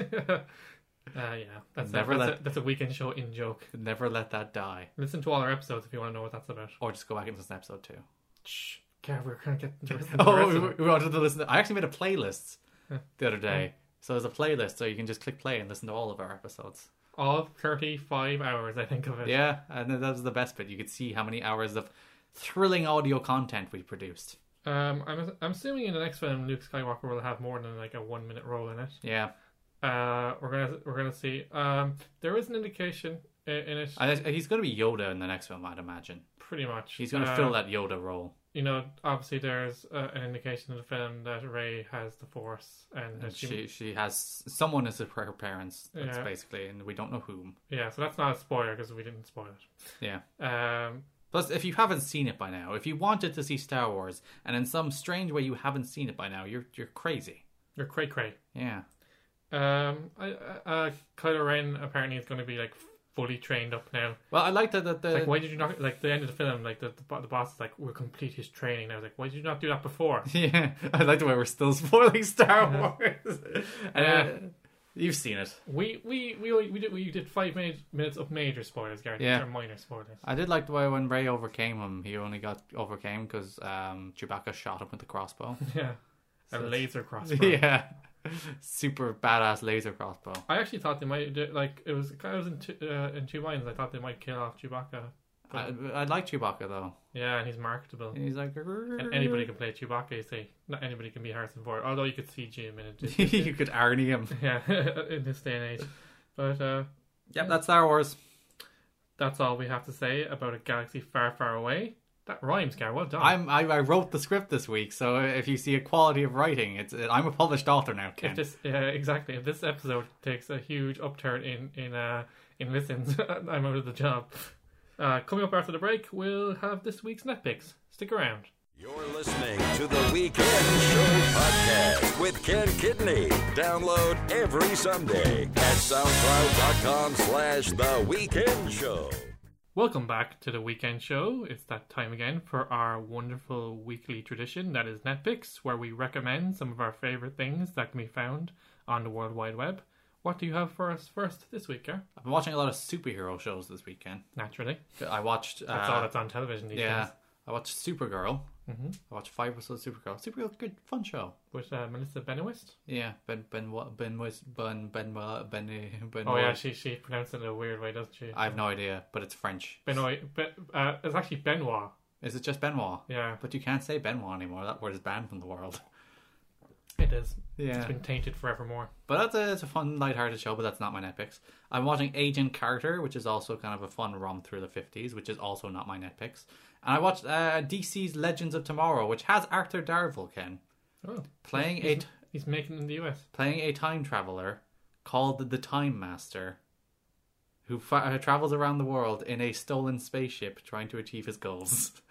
B: yeah, that's
C: Never
B: a, that's,
C: let-
B: a, that's a weekend show in joke.
C: Never let that die.
B: Listen to all our episodes if you want to know what that's about.
C: Or just go back and listen to episode two.
B: Shh, Gar, we're gonna get the rest of the
C: Oh,
B: rest
C: we,
B: of it.
C: we wanted to listen. To, I actually made a playlist the other day. So there's a playlist, so you can just click play and listen to all of our episodes.
B: all thirty five hours. I think of it.
C: Yeah, and that was the best bit. You could see how many hours of thrilling audio content we produced.
B: Um, I'm I'm assuming in the next film, Luke Skywalker will have more than like a one minute role in it.
C: Yeah,
B: Uh, we're gonna we're gonna see. Um, there is an indication in, in it,
C: I, he's going to be Yoda in the next film, I'd imagine.
B: pretty much.
C: He's going to
B: Uh,
C: fill that Yoda role.
B: You know, obviously there's uh, an indication in the film that Ray has the Force, and, that she,
C: She she has someone as her parents. That's
B: Yeah.
C: basically, and we don't know whom.
B: yeah. So that's not a spoiler because we didn't spoil it.
C: Yeah.
B: Um,
C: Plus, if you haven't seen it by now, if you wanted to see Star Wars, and in some strange way you haven't seen it by now, you're you're crazy.
B: you're cray cray.
C: Yeah.
B: Um, I, uh, Kylo Ren apparently is going to be like fully trained up now.
C: Well, I like that. that the,
B: Like, why did you not like the end of the film? Like the the, bo- the boss is like, "We'll complete his training." And I was like, "Why did you not do that before?"
C: Yeah, I like the way we're still spoiling Star Wars.
B: Yeah.
C: Uh, you've seen it.
B: We we we only- we did we did five minute, minutes of major spoilers, Gary.
C: Yeah.
B: These are minor spoilers.
C: I did like the way when Ray overcame him, he only got overcame because um, Chewbacca shot him with the crossbow.
B: Yeah. A
C: it's-
B: laser crossbow.
C: yeah, super badass laser crossbow.
B: I actually thought they might do, like it was. I was in two, uh, in two minds. I thought they might kill off Chewbacca
C: I, I like Chewbacca though.
B: Yeah, and he's marketable.
C: And he's like,
B: And anybody can play Chewbacca, you see. Not anybody can be Harrison Ford, although you could see Jim in it.
C: you could irony him.
B: yeah, in this day and age. But uh,
C: Yep, that's Star Wars.
B: that's all we have to say about a galaxy far, far away. That rhymes, Gar. Well done.
C: I'm I, I wrote the script this week, so if you see a quality of writing, it's I'm a published author now, Ken.
B: if this yeah, uh, exactly. If this episode takes a huge upturn in in uh, in listens, I'm out of the job. Uh, coming up after the break, we'll have this week's net picks. Stick around.
A: You're listening to the Weekend Show podcast with Ken Kidney. Download every Sunday at soundcloud.com slash the weekend show.
B: Welcome back to the weekend show. It's that time again for our wonderful weekly tradition that is Netpicks, where we recommend some of our favorite things that can be found on the World Wide Web. What do you have for us first this week, Gar?
C: I've been watching a lot of superhero shows this weekend.
B: Naturally,
C: I watched.
B: that's
C: uh,
B: all that's on television these
C: Yeah,
B: days.
C: I watched Supergirl. Mm-hmm. I watched five episodes of Supergirl. Supergirl, good fun show.
B: With uh, Melissa Benoist.
C: Yeah, Ben Ben what Ben was Ben Ben Ben Ben. ben
B: Oh yeah, she she pronounced it in a weird way, doesn't she?
C: I have no idea, but it's French.
B: Benoit. Be, uh, it's actually Benoit.
C: Is it just Benoit?
B: Yeah,
C: But you can't say Benoit anymore. That word is banned from the world.
B: it is.
C: Yeah.
B: It's been tainted forevermore.
C: But that's a, it's a fun, lighthearted show, but that's not my Netflix. I'm watching Agent Carter, which is also kind of a fun romp through the 50s, which is also not my Netflix. And I watched uh, DC's Legends of Tomorrow, which has Arthur Darvill, Ken,
B: Oh,
C: playing a,
B: he's making it in the U.S.
C: playing a time traveler called the Time Master, who fa- uh, travels around the world in a stolen spaceship trying to achieve his goals.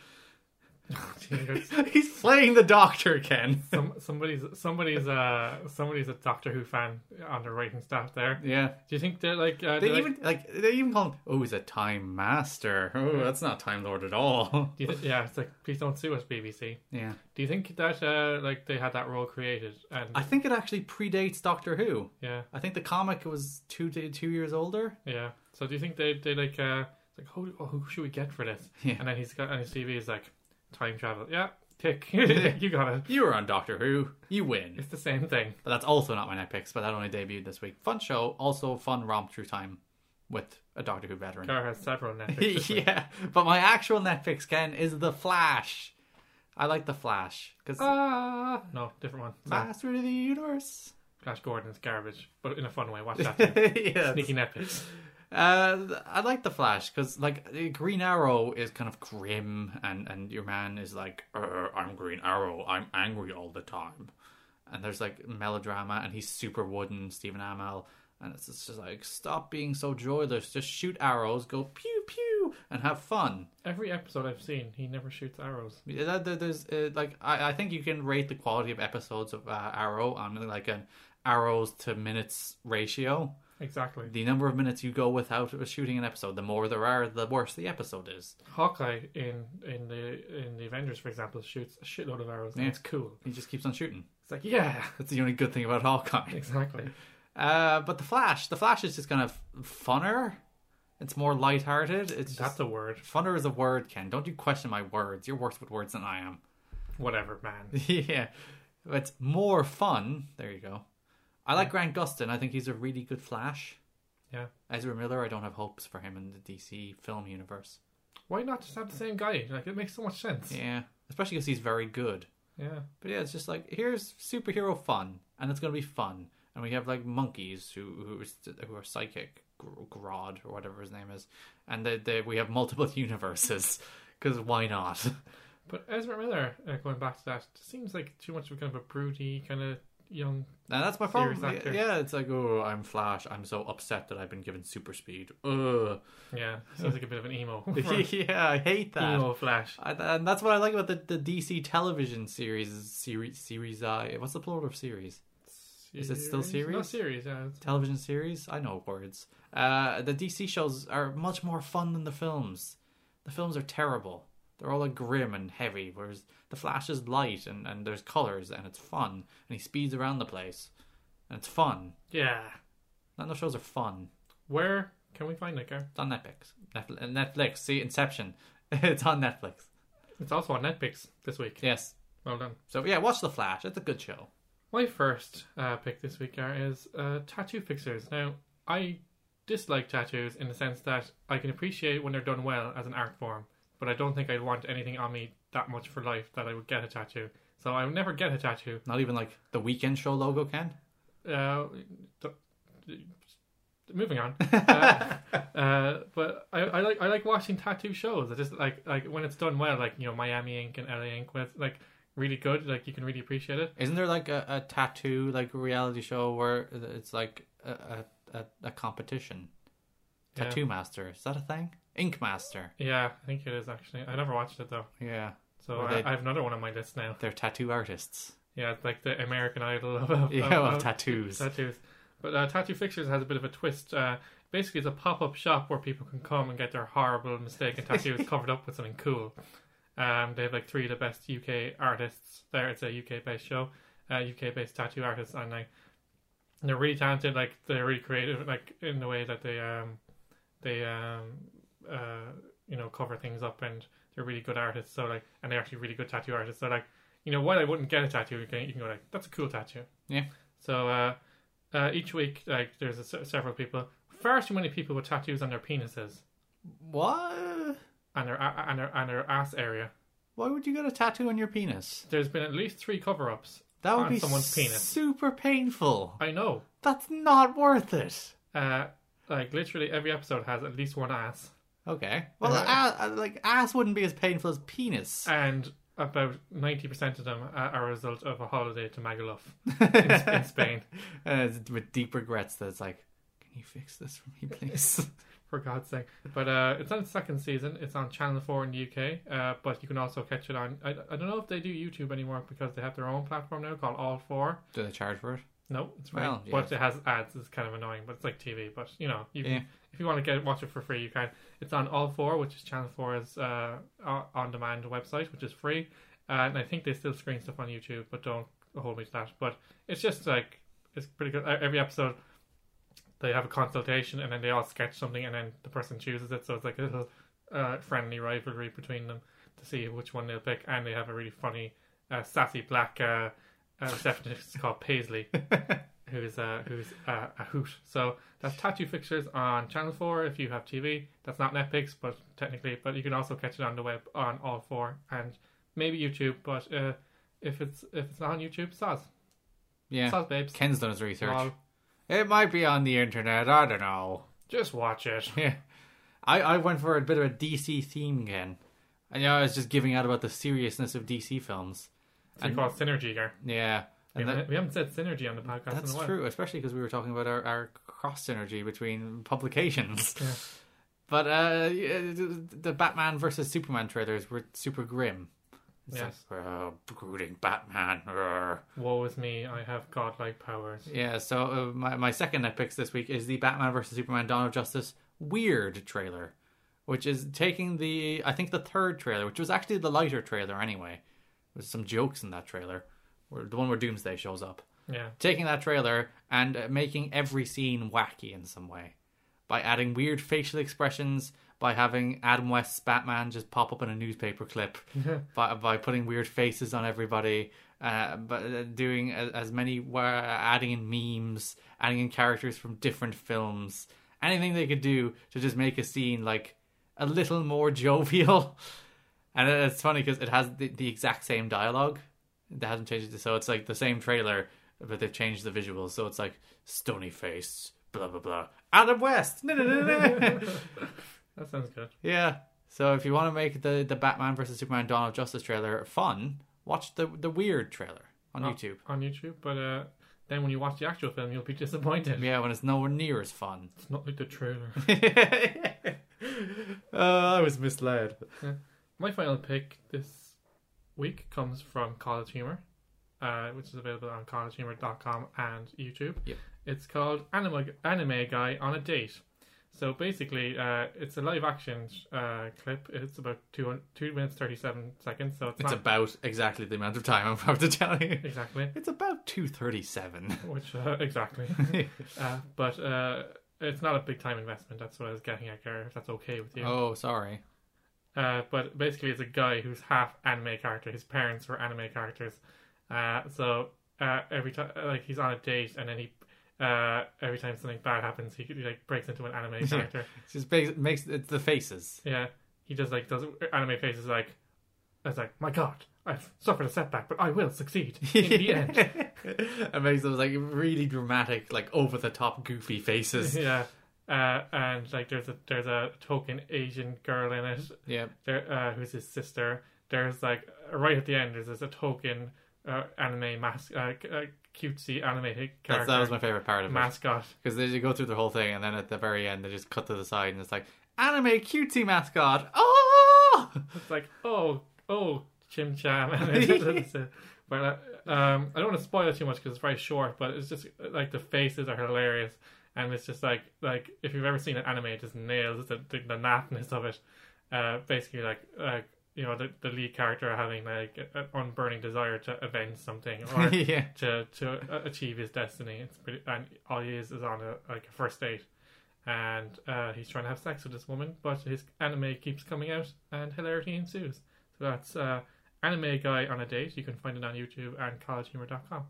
C: He's playing the Doctor, Ken.
B: Some, somebody's somebody's uh somebody's a Doctor Who fan on the writing staff there.
C: yeah.
B: Do you think they're like uh,
C: They
B: they're
C: even like they even call him. Oh, he's a time master. Oh, that's not time lord at all.
B: like- do you thi- yeah, it's like please don't sue us, BBC.
C: yeah,
B: Do you think that uh like they had that role created and
C: I think it actually predates Doctor Who.
B: yeah
C: I think the comic was two to two years older.
B: yeah? So do you think they they like uh it's like who who should we get for this?
C: Yeah.
B: And then he's got and his CV is like time travel. Yeah, tick. you got it.
C: You were on Doctor Who. You win.
B: It's the same thing.
C: But that's also not my net picks. But that only debuted this week. Fun show. Also fun romp through time with a Doctor Who veteran.
B: Gar has several Netflix. this week.
C: yeah, but my actual Netflix Ken is The Flash. I like The Flash because
B: Ah, no, different one. Sorry.
C: Oh, Master of the Universe.
B: Flash Gordon is garbage, but in a fun way. Watch that. thing.
C: yeah,
B: Sneaky Netflix.
C: Uh, I like the Flash because like Green Arrow is kind of grim, and and your man is like, "Arr, I'm Green Arrow, I'm angry all the time, and there's like melodrama, and he's super wooden, Stephen Amell, and it's just like, stop being so joyless, just shoot arrows, go pew pew, and have fun.
B: Every episode I've seen, he never shoots arrows.
C: Yeah, that- that- There's uh, like I, I think you can rate the quality of episodes of uh, Arrow on like an arrows to minutes ratio
B: Exactly.
C: the number of minutes you go without shooting an episode, the more there are, the worse the episode is.
B: Hawkeye in in the in the Avengers, for example, shoots a shitload of arrows, and
C: Yeah.
B: it's cool.
C: He just keeps on shooting.
B: It's like, yeah,
C: That's the only good thing about Hawkeye.
B: exactly.
C: Uh, but the Flash, the Flash is just kind of funner. It's more lighthearted. It's just,
B: That's a word.
C: funner is a word, Ken. Don't you question my words. You're worse with words than I am.
B: Whatever, man.
C: yeah, it's more fun. There you go. I like Grant Gustin. I think he's a really good Flash.
B: Yeah.
C: Ezra Miller, I don't have hopes for him in the DC film universe.
B: Why not just have the same guy? Like, it makes so much sense. Yeah.
C: Yeah, especially because he's very good. But yeah, it's just like here's superhero fun, and it's gonna be fun. And we have like monkeys who who is- who are psychic, Gr- Grodd or whatever his name is, and they, they, we have multiple universes because why not?
B: But Ezra Miller, uh, going back to that, seems like too much of kind of a broody kind of young.
C: And that's my
B: Serious
C: problem.
B: actor.
C: Yeah, it's like oh, I'm Flash. I'm so upset that I've been given super speed. Ugh.
B: Yeah, seems like a bit of an emo.
C: yeah, I hate that.
B: emo Flash.
C: I, and that's what I like about the, the DC television series series series I what's the plural of series Is it still
B: No,
C: series?
B: series. Yeah. it's-
C: television series. I know words. Uh, the DC shows are much more fun than the films. The films are terrible. They're all like grim and heavy, whereas the Flash is light and, and there's colors and it's fun and he speeds around the place and it's fun.
B: Yeah.
C: None of those shows are fun.
B: Where can we find it, Gar?
C: It's on Netflix. Netflix. Netflix. See Inception. it's on Netflix.
B: It's also on Netflix this week.
C: Yes.
B: Well done.
C: So yeah, watch the Flash. It's a good show.
B: My first uh, pick this week Gar, is uh, tattoo fixers. Now, I dislike tattoos in the sense that I can appreciate when they're done well as an art form, but I don't think I'd want anything on me that much for life that I would get a tattoo. So I would never get a tattoo.
C: Not even like the weekend show logo can.
B: Uh, th- th- moving on. Uh, uh, but I, I like I like watching tattoo shows. I just like like when it's done well, like you know Miami Ink and LA Ink, when it's like really good, like you can really appreciate it.
C: Isn't there like a, a tattoo like reality show where it's like a a, a, a competition?
B: Yeah.
C: Tattoo Master is that a thing? Ink Master.
B: Yeah, I think it is actually. I never watched it though,
C: Yeah,
B: so
C: Well,
B: I,
C: they-
B: I have another one on my list now.
C: they're tattoo artists.
B: Yeah, it's like the American Idol of, of,
C: Yeah,
B: of-
C: well,
B: of
C: tattoos.
B: tattoos. But uh, Tattoo Fixtures has a bit of a twist. Uh, basically, it's a pop up shop where people can come and get their horrible mistaken tattoos covered up with something cool. Um, they have like three of the best UK artists there. It's a UK based show, uh, UK based tattoo artists, and like they're really talented. Like they're really creative, like in the way that they um they um uh you know cover things up, and they're really good artists. So like, and they're actually really good tattoo artists. So like, you know, while I wouldn't get a tattoo, you can, you can go like, that's a cool tattoo.
C: Yeah.
B: So uh, uh, each week, like, there's a, se- several people. Far too many people with tattoos on their penises
C: What?
B: and their a- and their and their ass area.
C: Why would you get a tattoo on your penis?
B: There's been at least three cover-ups.
C: That would
B: On
C: be
B: someone's penis.
C: super painful.
B: I know.
C: That's not worth it.
B: Uh, like literally every episode has at least one ass,
C: Okay. Well, a- a- like ass wouldn't be as painful as penis.
B: and about ninety percent of them are are a result of a holiday to Magaluf in, in Spain.
C: Uh, it's with deep regrets that it's like, can you fix this for me, please?
B: for God's sake. But uh, it's on its second season. It's on Channel Four in the UK. Uh, but you can also catch it on. I, I don't know if they do YouTube anymore because they have their own platform now called All Four.
C: Do they charge for it?
B: No, it's free,
C: Well, yeah.
B: but it has ads. It's kind of annoying, but it's like TV. But you know, you can,
C: Yeah.
B: if you want to get it, watch it for free, you can. It's on All Four, which is Channel 4's uh, o- on-demand website, which is free. Uh, and I think they still screen stuff on YouTube, but don't hold me to that. But it's just like it's pretty good. Uh, Every episode, they have a consultation, and then they all sketch something, and then the person chooses it. So it's like a little uh, friendly rivalry between them to see which one they'll pick. And they have a really funny, uh, sassy black uh, uh, receptionist called Paisley, who's uh, who's uh, a hoot. So that's Tattoo Fixtures on Channel Four if you have TV. That's not Netflix, but technically, but you can also catch it on the web on all four and maybe YouTube. But uh, if it's if it's not on YouTube, Saz,
C: Yeah.
B: Saz babes,
C: Ken's done his research.
B: Lol.
C: It might be on the internet. I don't know.
B: just watch it.
C: Yeah. I, I went for a bit of a DC theme again. And you know, I was just giving out about the seriousness of DC films.
B: It's called Synergy here.
C: Yeah.
B: We
C: And that-
B: haven't- we haven't said synergy on the podcast in
C: That's
B: a while.
C: true, especially because we were talking about our, our cross synergy between publications. But uh, yeah, the the Batman versus Superman trailers were super grim. It's
B: Yes.
C: like, "Oh, brooding Batman. rrr."
B: Woe is me, I have godlike powers.
C: Yeah, so uh, my, my second Netflix this week is the Batman versus Superman Dawn of Justice Weird trailer, which is taking the, I think, the third trailer, which was actually the lighter trailer anyway. There's some jokes in that trailer, where, the one where Doomsday shows up
B: Yeah.
C: taking that trailer and uh, making every scene wacky in some way by adding weird facial expressions by having Adam West's Batman just pop up in a newspaper clip by, by putting weird faces on everybody uh, but uh, doing as, as many wa- adding in memes adding in characters from different films anything they could do to just make a scene like a little more jovial and it- it's funny because it has the, the exact same dialogue. They haven't changed it, so it's like the same trailer, but they've changed the visuals. So it's like stony face, blah blah blah. Adam West. No, no, no, no.
B: That sounds good.
C: yeah. So if you want to make the the Batman versus Superman Dawn of Justice trailer fun, watch the the weird trailer on YouTube.
B: On YouTube, but uh, then when you watch the actual film, you'll be disappointed.
C: Yeah, when it's nowhere near as fun.
B: It's not like the trailer.
C: Uh, I was misled.
B: My final pick this week comes from College Humor, uh, which is available on collegehumor.com and YouTube.
C: Yep.
B: It's called Anime, Anime Guy on a Date. So basically, uh, it's a live action uh, clip. It's about two, 2 minutes 37 seconds, so it's,
C: It's
B: not
C: about exactly the amount of time I'm about to tell you.
B: exactly.
C: It's about two thirty-seven.
B: Which, uh, exactly. uh, but uh, it's not a big time investment. That's what I was getting at, Gary, if that's okay with you.
C: Oh, sorry.
B: Uh, but basically, it's a guy who's half anime character. His parents were anime characters, uh, so uh, every time like he's on a date, and then he Uh, every time something bad happens, he, he like breaks into an anime character.
C: It's just bas- makes it's the faces.
B: Yeah, he does like does anime faces like, it's like my god, I've suffered a setback, but I will succeed in the end.
C: it makes those like really dramatic, like over the top, goofy faces.
B: Yeah, uh, and like there's a there's a token Asian girl in it,
C: yeah,
B: there uh, who's his sister. There's like right at the end, there's, there's a token uh, anime mask, uh, c- uh, cutesy anime character
C: that's, that was my favorite part of it
B: mascot.
C: because they just go through the whole thing, and then at the very end, they just cut to the side, and it's like anime cutie mascot. Oh,
B: It's like oh oh Chim Cham, and but uh, um, I don't want to spoil it too much because it's very short. But it's just uh, like the faces are hilarious, and it's just like like if you've ever seen an anime, it just nails the the, the naffness of it. Uh, basically like like. You know the, the lead character having like a- an unburning desire to avenge something, or
C: yeah.
B: to to uh, achieve his destiny. It's pretty, and all he is is on a like a first date, and uh, he's trying to have sex with this woman, but his anime keeps coming out, and hilarity ensues. So that's uh, anime guy on a date. You can find it on YouTube and collegehumor.com.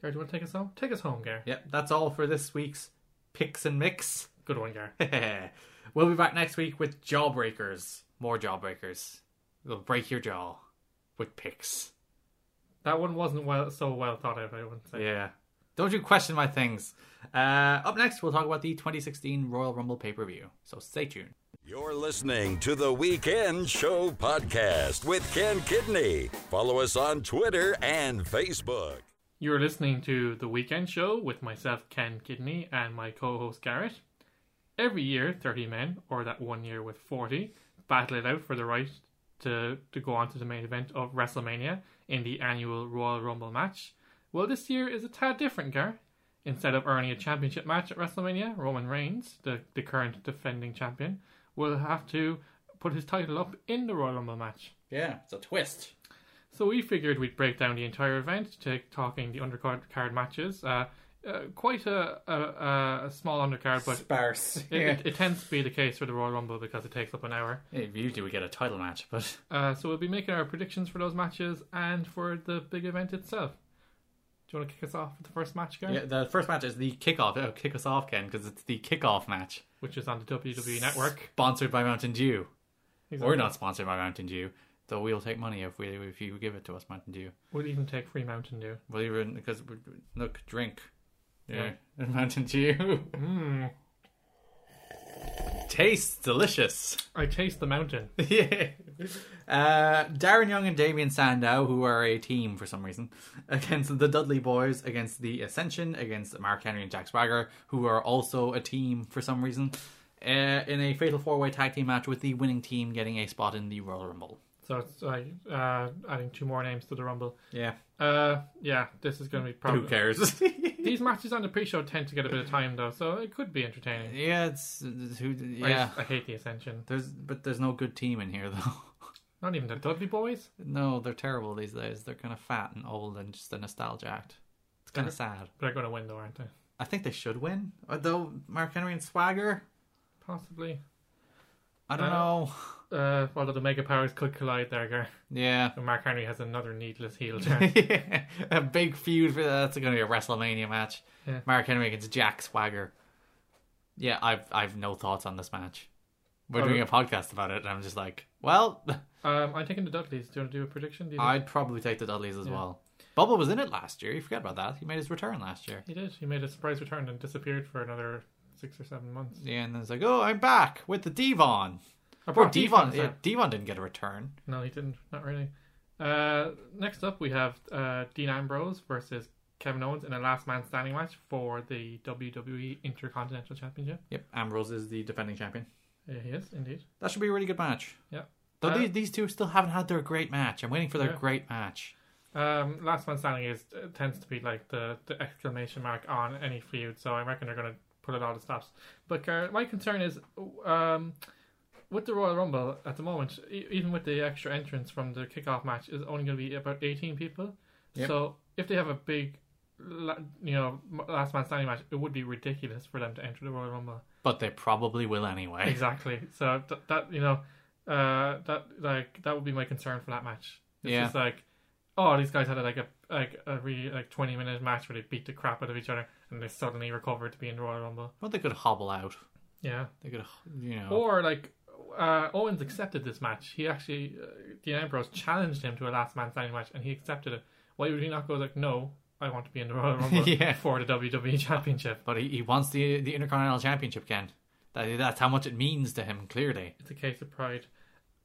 B: Gary, do you want to take us home? Take us home, Gary.
C: Yep, that's all for this week's picks and mix.
B: Good one, Gary.
C: we'll be back next week with jawbreakers, more jawbreakers. They'll break your jaw with picks.
B: That one wasn't well so well thought out. I wouldn't say.
C: Yeah. Don't you question my things. Uh, up next, we'll talk about the 2016 Royal Rumble pay per view. So stay tuned.
A: You're listening to the Weekend Show podcast with Ken Kidney. Follow us on Twitter and Facebook.
B: You're listening to The Weekend Show with myself, Ken Kidney, and my co host, Garrett. Every year, 30 men, or that one year with 40, battle it out for the right to, to go on to the main event of WrestleMania in the annual Royal Rumble match. Well, this year is a tad different, Gar. Instead of earning a championship match at WrestleMania, Roman Reigns, the, the current defending champion, will have to put his title up in the Royal Rumble match.
C: Yeah, it's a twist.
B: So we figured we'd break down the entire event, take talking the undercard card matches. Uh, uh, quite a, a, a small undercard, but
C: Sparse.
B: it, it, it tends to be the case for the Royal Rumble because it takes up an hour.
C: Usually we get a title match, but
B: Uh, so we'll be making our predictions for those matches and for the big event itself. Do you want to kick us off with the first match, Gary?
C: yeah, the first match is the kickoff. Oh, kick us off, Ken, because it's the kickoff match.
B: Which is on the WWE Network.
C: Sponsored by Mountain Dew.
B: Exactly.
C: We're not sponsored by Mountain Dew, though we'll take money if we if you give it to us, Mountain Dew.
B: We'll even take free Mountain Dew.
C: Well, even because we- look, drink, yeah, Hmm. Mountain Dew. Tastes delicious.
B: I taste the mountain.
C: yeah. Uh, Darren Young and Damien Sandow, who are a team for some reason, against the Dudley Boys, against the Ascension, against Mark Henry and Jack Swagger, who are also a team for some reason, uh, in a fatal four way tag team match with the winning team getting a spot in the Royal Rumble.
B: So it's like uh, adding two more names to the Rumble.
C: Yeah.
B: Uh, yeah, this is going to be probably.
C: Who cares?
B: These matches on the pre-show tend to get a bit of time though, so it could be entertaining.
C: Yeah, it's, it's who.
B: I
C: Yeah,
B: just- I, hate the Ascension.
C: there's but there's no good team in here though.
B: Not even the Dudley Boys.
C: no, they're terrible these days. They're kind of fat and old and just a nostalgia act. It's kind of sad.
B: They're going to win though, aren't they?
C: I think they should win, although Mark Henry and Swagger.
B: Possibly.
C: I don't
B: Uh,
C: know.
B: Uh, although the Mega Powers could collide there, Gar.
C: Yeah.
B: And Mark Henry has another needless heel turn.
C: a big feud for that's going to be a WrestleMania match.
B: Yeah.
C: Mark Henry against Jack Swagger. Yeah, I've I've no thoughts on this match. We're
B: Oh,
C: doing
B: no.
C: a podcast about it, and I'm just like, well,
B: um, I'm taking the Dudleys. Do you want to do a prediction? Do you think-
C: I'd probably take the Dudleys as well. Bubba was in it last year. You forgot about that. He made his return last year.
B: He did. He made a surprise return and disappeared for another six or seven months.
C: Yeah, and then it's like, oh, I'm back with the Oh, Devon.
B: I
C: Poor
B: brought
C: Devon.
B: defense
C: Yeah,
B: out.
C: Devon didn't get a return.
B: No, he didn't. Not really. Uh, next up, we have uh, Dean Ambrose versus Kevin Owens in a last man standing match for the WWE Intercontinental Championship.
C: Yep, Ambrose is the defending champion.
B: Yeah, he is indeed.
C: That should be a really good match.
B: Yeah.
C: Though
B: Uh,
C: these, these two still haven't had their great match. I'm waiting for their
B: Yeah.
C: great match.
B: Um, last man standing is uh, tends to be like the, the exclamation mark on any feud, so I reckon they're going to put it all to stops. But uh, my concern is, um, with the Royal Rumble at the moment, e- even with the extra entrance from the kickoff match, is only going to be about eighteen people.
C: Yep.
B: So if they have a big, la- you know, m- last man standing match, it would be ridiculous for them to enter the Royal Rumble.
C: But they probably will anyway.
B: Exactly. So th- that you know, uh, that like that would be my concern for that match. It's
C: Yeah.
B: just like oh, these guys had like a like a really like twenty minute match where they beat the crap out of each other and they suddenly recovered to be in the Royal Rumble.
C: Well, they could hobble out.
B: Yeah.
C: They could, you know.
B: Or like uh, Owens accepted this match. He actually uh, Dean Ambrose challenged him to a last man standing match, and he accepted it. Why would he not go like, no, I want to be in the Royal Rumble
C: Yeah.
B: for the WWE Championship?
C: But he, he wants the the Intercontinental Championship, Ken. That, that's how much it means to him, clearly.
B: It's a case of pride.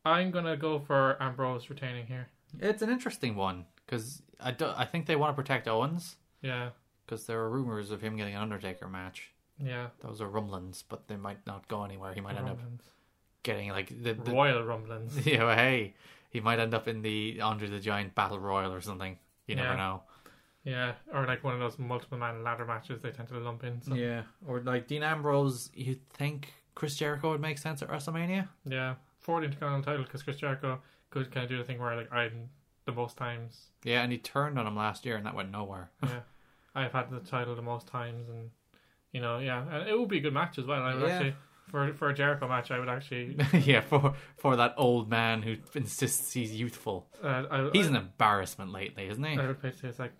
B: I'm gonna go for Ambrose retaining here.
C: It's an interesting one because I, do- I think they want to protect Owens
B: Yeah,
C: because there are rumors of him getting an Undertaker match.
B: yeah.
C: Those are rumblings, but they might not go anywhere. He might end up
B: Rumblings.
C: getting like the, the
B: Royal Rumblings.
C: you know, hey, he might end up in the Andre the Giant Battle Royal or something. You never
B: Yeah.
C: know.
B: Yeah, or like one of those multiple man ladder matches they tend to lump in. So. Yeah.
C: or like Dean Ambrose, you'd think Chris Jericho would make sense at WrestleMania.
B: for the Intercontinental title because Chris Jericho could kind of do the thing where like I'm the most times.
C: Yeah, and he turned on him last year, and that went nowhere.
B: Yeah, I've had the title the most times, and you know, yeah, and it would be a good match as well. I would
C: Yeah.
B: actually for for a Jericho match, I would actually.
C: yeah, for for that old man who insists he's youthful.
B: Uh, I,
C: He's
B: I,
C: an embarrassment lately, isn't he?
B: I would say it's like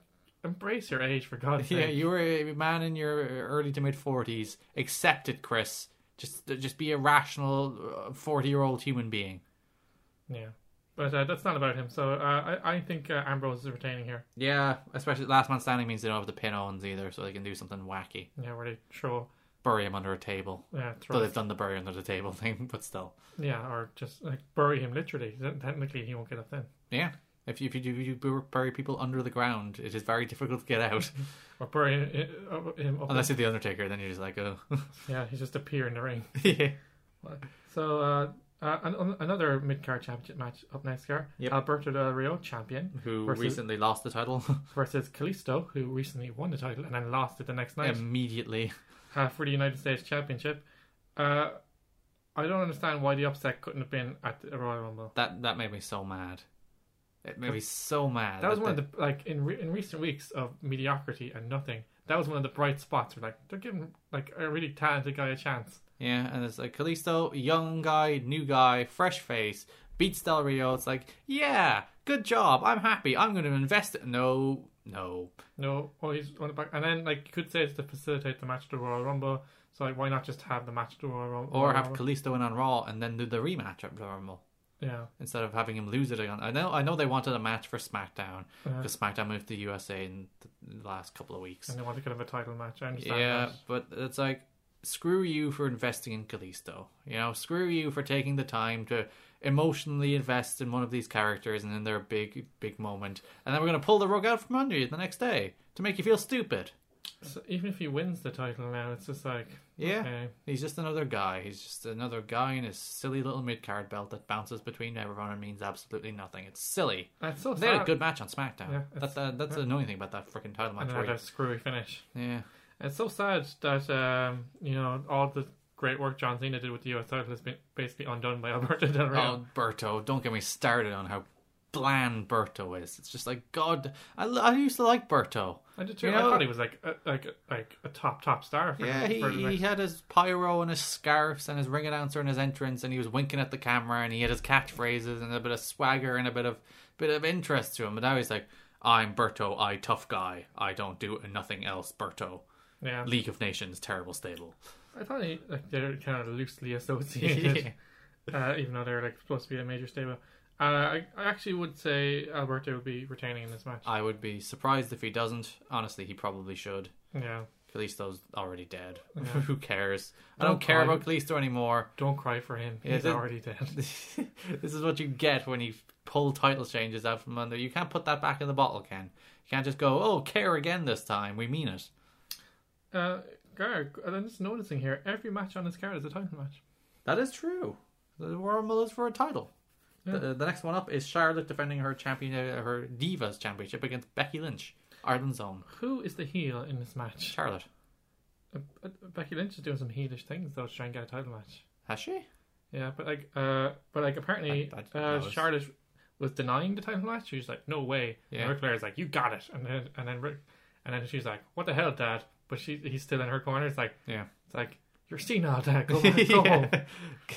B: embrace your age for God's
C: Yeah,
B: sake.
C: you were a man in your early to mid forties. Accept it, Chris. Just just be a rational forty year old human being.
B: yeah. But uh, that's not about him. So uh, I I think uh, Ambrose is retaining here.
C: Yeah, especially last man standing means they don't have to pin Owens either, so they can do something wacky.
B: Yeah, where they throw
C: Bury him under a table.
B: yeah
C: Though
B: throw
C: they've done the bury under the table thing, but still.
B: yeah or just like bury him literally. Then Technically, he won't get up then.
C: Yeah. If you, if you do you bur- bury people under the ground, it is very difficult to get out.
B: Or bury him, uh, him up.
C: Unless you're the Undertaker, then you're just like, oh.
B: yeah, he just appear in the ring.
C: yeah.
B: So uh, uh, an- an- another mid card championship match up next here.
C: Yep.
B: Alberto Del Rio champion
C: Who
B: Versus-
C: recently lost the title
B: versus Kalisto, who recently won the title and then lost it the next night
C: immediately.
B: uh, for the United States Championship. Uh, I don't understand why the upset couldn't have been at the Royal Rumble.
C: That that made me so mad. It made me so mad.
B: That was one of the like in re- in recent weeks of mediocrity and nothing. That was one of the bright spots. Where like they're giving like a really talented guy a chance.
C: Yeah, and it's like Kalisto, young guy, new guy, fresh face, beats Del Rio. It's like, yeah, good job. I'm happy. I'm going to invest it. No, no.
B: No, oh, he's on the back, and then like you could say it's to facilitate the match at the Royal Rumble. So like, why not just have the match at the Royal Rumble?
C: Or have Kalisto in on Raw and then do the rematch at Royal Rumble
B: yeah,
C: instead of having him lose it again. I know, I know they wanted a match for SmackDown because SmackDown moved to USA in the last couple of weeks.
B: Uh-huh. and they want to kind of a title match. I understand
C: Yeah,
B: that.
C: but it's like screw you for investing in Kalisto. You know, screw you for taking the time to emotionally invest in one of these characters and in their big big moment. And then we're gonna pull the rug out from under you the next day to make you feel stupid.
B: So even if he wins the title now, it's just like
C: Yeah.
B: okay,
C: He's just another guy. He's just another guy in his silly little mid card belt that bounces between everyone and means absolutely nothing. It's silly.
B: that's so
C: They had a
B: sad.
C: good match on SmackDown.
B: Yeah,
C: that,
B: it's-
C: that, that's the annoying thing about that freaking title match.
B: another
C: Where
B: screwy finish.
C: you, yeah,
B: It's so sad that um, you know all the great work John Cena did with the US title has been basically undone by Alberto Del Rio.
C: Oh, Berto, don't get me started on how bland Berto is. It's just like God. I, l- I used to like Berto.
B: I did too.
C: you
B: I
C: know-
B: thought he was like a, like a- like a top top star. For,
C: Yeah, he,
B: for, like,
C: he had his pyro and his scarves and his ring announcer and his entrance, and he was winking at the camera, and he had his catchphrases and a bit of swagger and a bit of bit of interest to him. But now he's like, "I'm Berto, I tough guy. I don't do nothing else." Berto,
B: yeah.
C: League of Nations, terrible stable.
B: I thought he, like they're kind of loosely associated.
C: yeah,
B: uh, even though they're like supposed to be a major stable. Uh, I, I actually would say Alberto would be retaining in this match.
C: I would be surprised if he doesn't. Honestly, he probably should.
B: yeah,
C: Kalisto's already dead. Who cares? I don't
B: Don't cry.
C: care about Kalisto anymore.
B: don't cry for him. He's
C: that-
B: already dead.
C: this is what you get when you pull title changes out from under. You can't put that back in the bottle, Ken. You can't just go, oh, care again this time. We mean it.
B: Uh, Gar, I'm just noticing here. Every match on this card is a title match.
C: That is true. The Royal Rumble is for a title. The, the next one up is Charlotte defending her champion, uh, her Divas Championship against Becky Lynch, Ireland's own.
B: Who is the heel in this match?
C: Charlotte.
B: Uh, uh, Becky Lynch is doing some heelish things though to try and get a title match.
C: Has she?
B: Yeah, but like, uh, but like apparently
C: I- I didn't
B: uh,
C: notice.
B: Charlotte was denying the title match. She was like, "No way."
C: Yeah.
B: And Ric Flair's like, "You got it," and then and then Ric, and then she's like, "What the hell, Dad?" But she he's still in her corner. It's like
C: Yeah.
B: it's like you're senile, Dad.
C: Oh
B: Go, back, go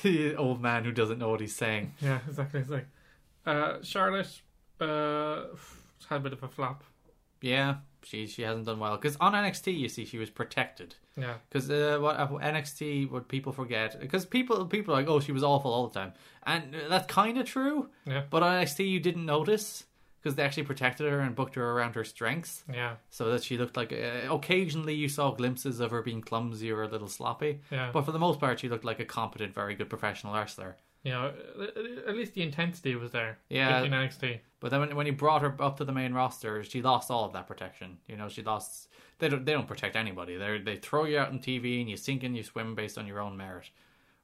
B: home.
C: Old man who doesn't know what he's saying.
B: Yeah, exactly. It's like uh, Charlotte uh, f- had a bit of a flop.
C: Yeah, she she hasn't done well because on NXT you see she was protected
B: Yeah.
C: because uh, what uh, NXT what people forget because people people are like oh she was awful all the time and uh, that's kind of true
B: Yeah.
C: but on NXT you didn't notice because they actually protected her and booked her around her strengths
B: Yeah.
C: so that she looked like uh, occasionally you saw glimpses of her being clumsy or a little sloppy
B: Yeah.
C: but for the most part she looked like a competent very good professional wrestler
B: You know, at- at least the intensity was there.
C: Yeah.
B: In NXT.
C: But then when, when he brought her up to the main roster, she lost all of that protection. You know, she lost. They don't they don't protect anybody. They they throw you out on TV and you sink and you swim based on your own merit.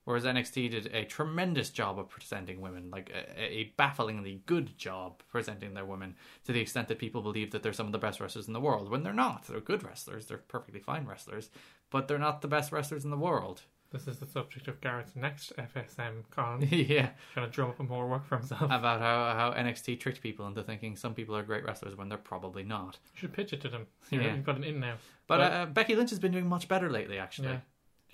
C: Whereas NXT did a tremendous job of presenting women, like a, a bafflingly good job presenting their women to the extent that people believe that they're some of the best wrestlers in the world when they're not. They're good wrestlers. They're perfectly fine wrestlers, but they're not the best wrestlers in the world.
B: This is the subject of Garrett's next FSM column.
C: yeah.
B: Gonna drum up more work for himself.
C: About how, how NXT tricked people into thinking some people are great wrestlers when they're probably not.
B: should pitch it to them. You
C: Yeah.
B: have got an in now.
C: But
B: But-
C: uh, Becky Lynch has been doing much better lately, actually.
B: Yeah.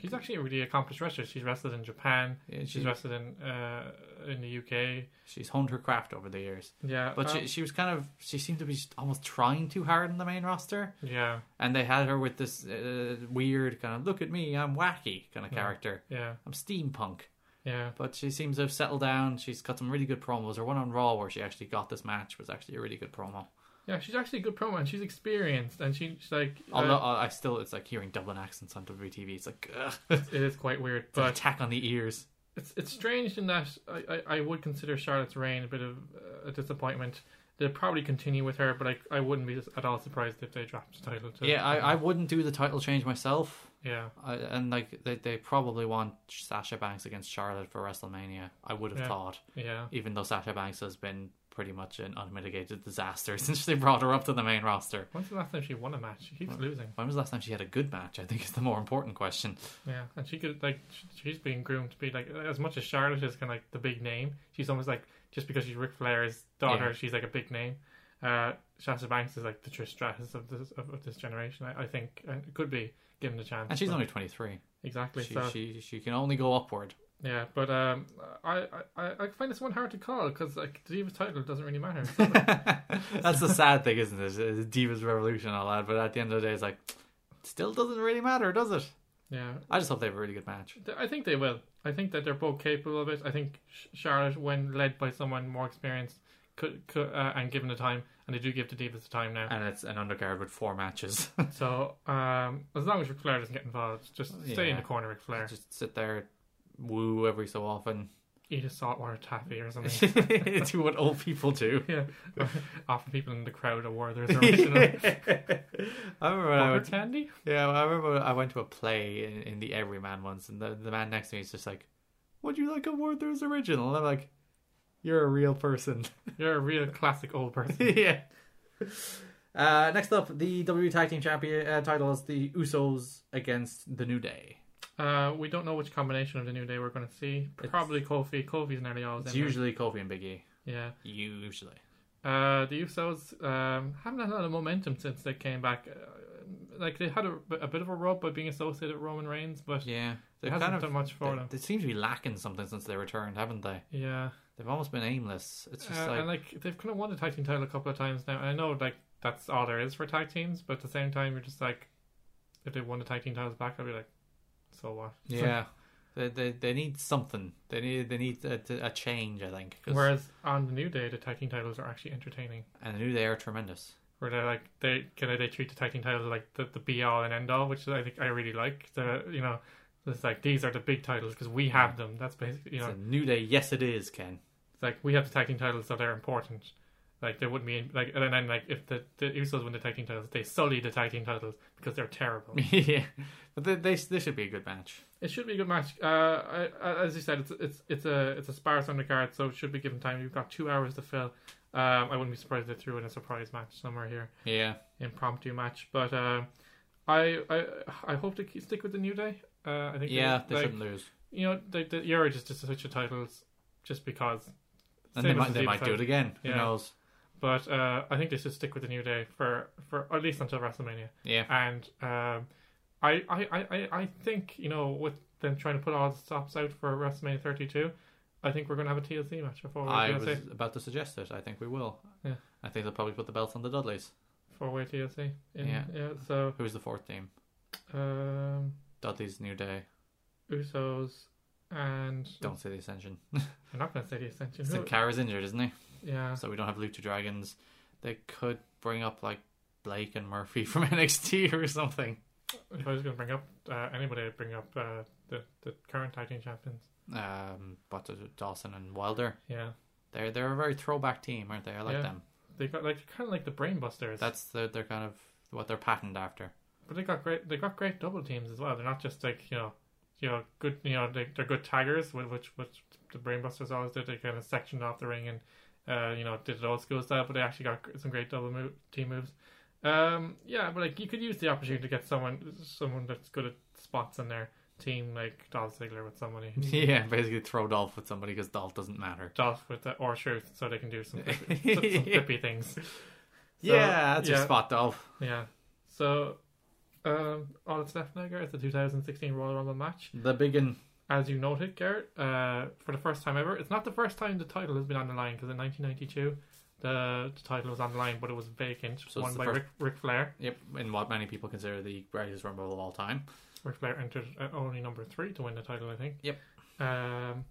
B: She's actually a really accomplished wrestler. She's wrestled in Japan.
C: Yeah,
B: She's
C: she-
B: wrestled in uh, in the UK.
C: She's honed her craft over the years.
B: Yeah,
C: But
B: uh,
C: she, she was kind of, she seemed to be just almost trying too hard in the main roster.
B: yeah,
C: And they had her with this uh, weird kind of, look at me, I'm wacky kind of character.
B: yeah,
C: I'm steampunk.
B: yeah,
C: But she seems to have settled down. She's got some really good promos. Her one on Raw, where she actually got this match, was actually a really good promo.
B: yeah. She's actually a good promo, and she's experienced, and she, she's like, uh,
C: Although I I still, it's like hearing Dublin accents on WTV. It's like, ugh, it's
B: it is quite weird.
C: an
B: But
C: attack on the ears.
B: it's it's strange in that I, I, I would consider Charlotte's reign a bit of uh, a disappointment. They'll probably continue with her, but I, I wouldn't be at all surprised if they dropped the title. To,
C: Yeah, I, I wouldn't do the title change myself.
B: yeah,
C: I, and like they, they probably want Sasha Banks against Charlotte for WrestleMania. I would have
B: Yeah.
C: thought,
B: yeah.
C: even though Sasha Banks has been pretty much an unmitigated disaster since they brought her up to the main roster.
B: When's the last time she won a match? She keeps losing.
C: When was the last time she had a good match? I think is the more important question.
B: Yeah, and she could like sh- she's being groomed to be like as much as Charlotte is kind of like the big name. She's almost like just because she's Ric Flair's daughter,
C: Yeah.
B: she's like a big name. Uh, Sasha Banks is like the Trish Stratus of this of, of this generation. I, I think and it could be given the chance.
C: And she's
B: but-
C: only twenty three.
B: exactly
C: She,
B: so.
C: she she can only go upward.
B: Yeah, but um, I, I I find this one hard to call because like the Divas title doesn't really matter.
C: That's the sad thing, isn't it? It's Divas Revolution and all that. But at the end of the day, it's like still doesn't really matter, does it?
B: yeah,
C: I just hope they have a really good match.
B: Th- I think they will. I think that they're both capable of it. I think Sh- Charlotte, when led by someone more experienced, could, could uh, and given the time, and they do give the Divas the time now.
C: And it's an undercard with four matches.
B: So, um, as long as Ric Flair doesn't get involved, just stay in
C: Yeah.
B: the corner, Ric Flair.
C: just sit there, woo every so often.
B: Eat a saltwater taffy or something.
C: it's what old people do.
B: yeah. Offer people in the crowd a Werther's original.
C: I remember when I
B: Or
C: went.
B: candy?
C: Yeah, I remember I went to a play in, in the Everyman once, and the, the man next to me is just like, "Would you like a Werther's original?" And I'm like, "You're a real person."
B: You're a real classic old person.
C: yeah. Uh, next up, the WWE Tag Team Champion uh, title is the Usos against the New Day.
B: Uh, we don't know which combination of the New Day we're going to see. Probably Kofi. Kofi's nearly always
C: It's
B: in there.
C: usually Kofi and Big E.
B: Yeah.
C: Usually.
B: Uh, the Usos um, haven't had a lot of momentum since they came back. Uh, like, they had a, a bit of a rub by being associated with Roman Reigns, but
C: Yeah,
B: it
C: they're
B: hasn't
C: kind of.
B: done much for
C: they,
B: them.
C: they seem to be lacking something since they returned, haven't they?
B: Yeah.
C: They've almost been aimless. It's just
B: Uh,
C: like,
B: and like they've kind of won the tag team title a couple of times now. And I know like that's all there is for tag teams, but at the same time, you're just like, if they won the tag team titles back, I'd be like, so what?
C: yeah, they, they they need something. They need they need a, a change, I think. 'cause-
B: Whereas on the new day, the tag team titles are actually entertaining.
C: and I knew they are tremendous.
B: Where they're like they kind of they treat the tag team titles like the, the be all and end all, which I think I really like. The you know it's like these are the big titles because we have them. That's basically you know
C: It's a new day. Yes, it is, Ken.
B: It's like we have the tag team titles, so they're important. Like there wouldn't be like, and then like if the, the Usos win the tag team titles, they sully the tag team titles because they're terrible.
C: yeah, but they, they this should be a good match.
B: It should be a good match. Uh, I, I, as you said, it's it's it's a it's a sparse undercard, so it should be given time. You've got two hours to fill. Um, I wouldn't be surprised if they threw in a surprise match somewhere here,
C: Yeah,
B: impromptu match. But uh, I I I hope to keep, stick with the New Day. Uh, I think they-
C: yeah, they
B: like,
C: shouldn't lose.
B: you know, they, they, you're just to switch the titles just because.
C: And they
B: Same as
C: might
B: the
C: they might
B: Divas
C: do it
B: title.
C: again. Who
B: Yeah.
C: knows?
B: But uh, I think they should stick with the New Day for for at least until WrestleMania.
C: Yeah,
B: and um, I, I, I, I- I think you know with them trying to put all the stops out for WrestleMania 32, I think we're going to have a TLC match before
C: I
B: we're
C: was
B: TLC.
C: about to suggest it. I think we will.
B: Yeah.
C: I think they'll probably put the belts on the Dudleys.
B: Four way TLC. In,
C: Yeah.
B: yeah. So
C: Who's the fourth team?
B: um,
C: Dudley's New Day.
B: Usos and
C: Don't say the Ascension.
B: I'm not gonna say the Ascension. Who-
C: Sin Cara's injured, isn't he?
B: yeah.
C: So we don't have Lucha Dragons. They could bring up like Blake and Murphy from NXT or something.
B: If I was gonna bring up uh, anybody, I'd bring up uh, the the current tag team champions.
C: Um, but the- Dawson and Wilder.
B: Yeah.
C: They're they're a very throwback team, aren't they? I like
B: Yeah.
C: them.
B: They got like kind of like the brainbusters.
C: That's the, they're kind of what they're patterned after.
B: But they got great. They got great double teams as well. They're not just like you know, you know, good. You know, they, they're good taggers, whi- which which the Brainbusters always did. They kind of sectioned off the ring and, uh, you know, did it old school style. But they actually got gr- some great double move, team moves. Um, yeah, but like you could use the opportunity to get someone someone that's good at spots in their team, like Dolph Ziggler with somebody,
C: yeah, basically throw Dolph with somebody because Dolph doesn't matter.
B: Dolph with the or Truth, so they can do some flippy, some, some flippy things.
C: yeah, that's your
B: yeah.
C: spot, Dolph.
B: Yeah. So, um, all that's left now, Garrett, is the 2016 Royal Rumble match.
C: The big one.
B: as you noted, Garrett, uh, for the first time ever. It's not the first time the title has been on the line because in 1992 the, the title was on the line, but it was vacant,
C: So it's
B: won
C: the
B: by
C: first-
B: Ric, Ric Flair.
C: Yep, in what many people consider the greatest rumble of all time.
B: Ric Flair entered at only number three to win the title, I think.
C: Yep.
B: Um,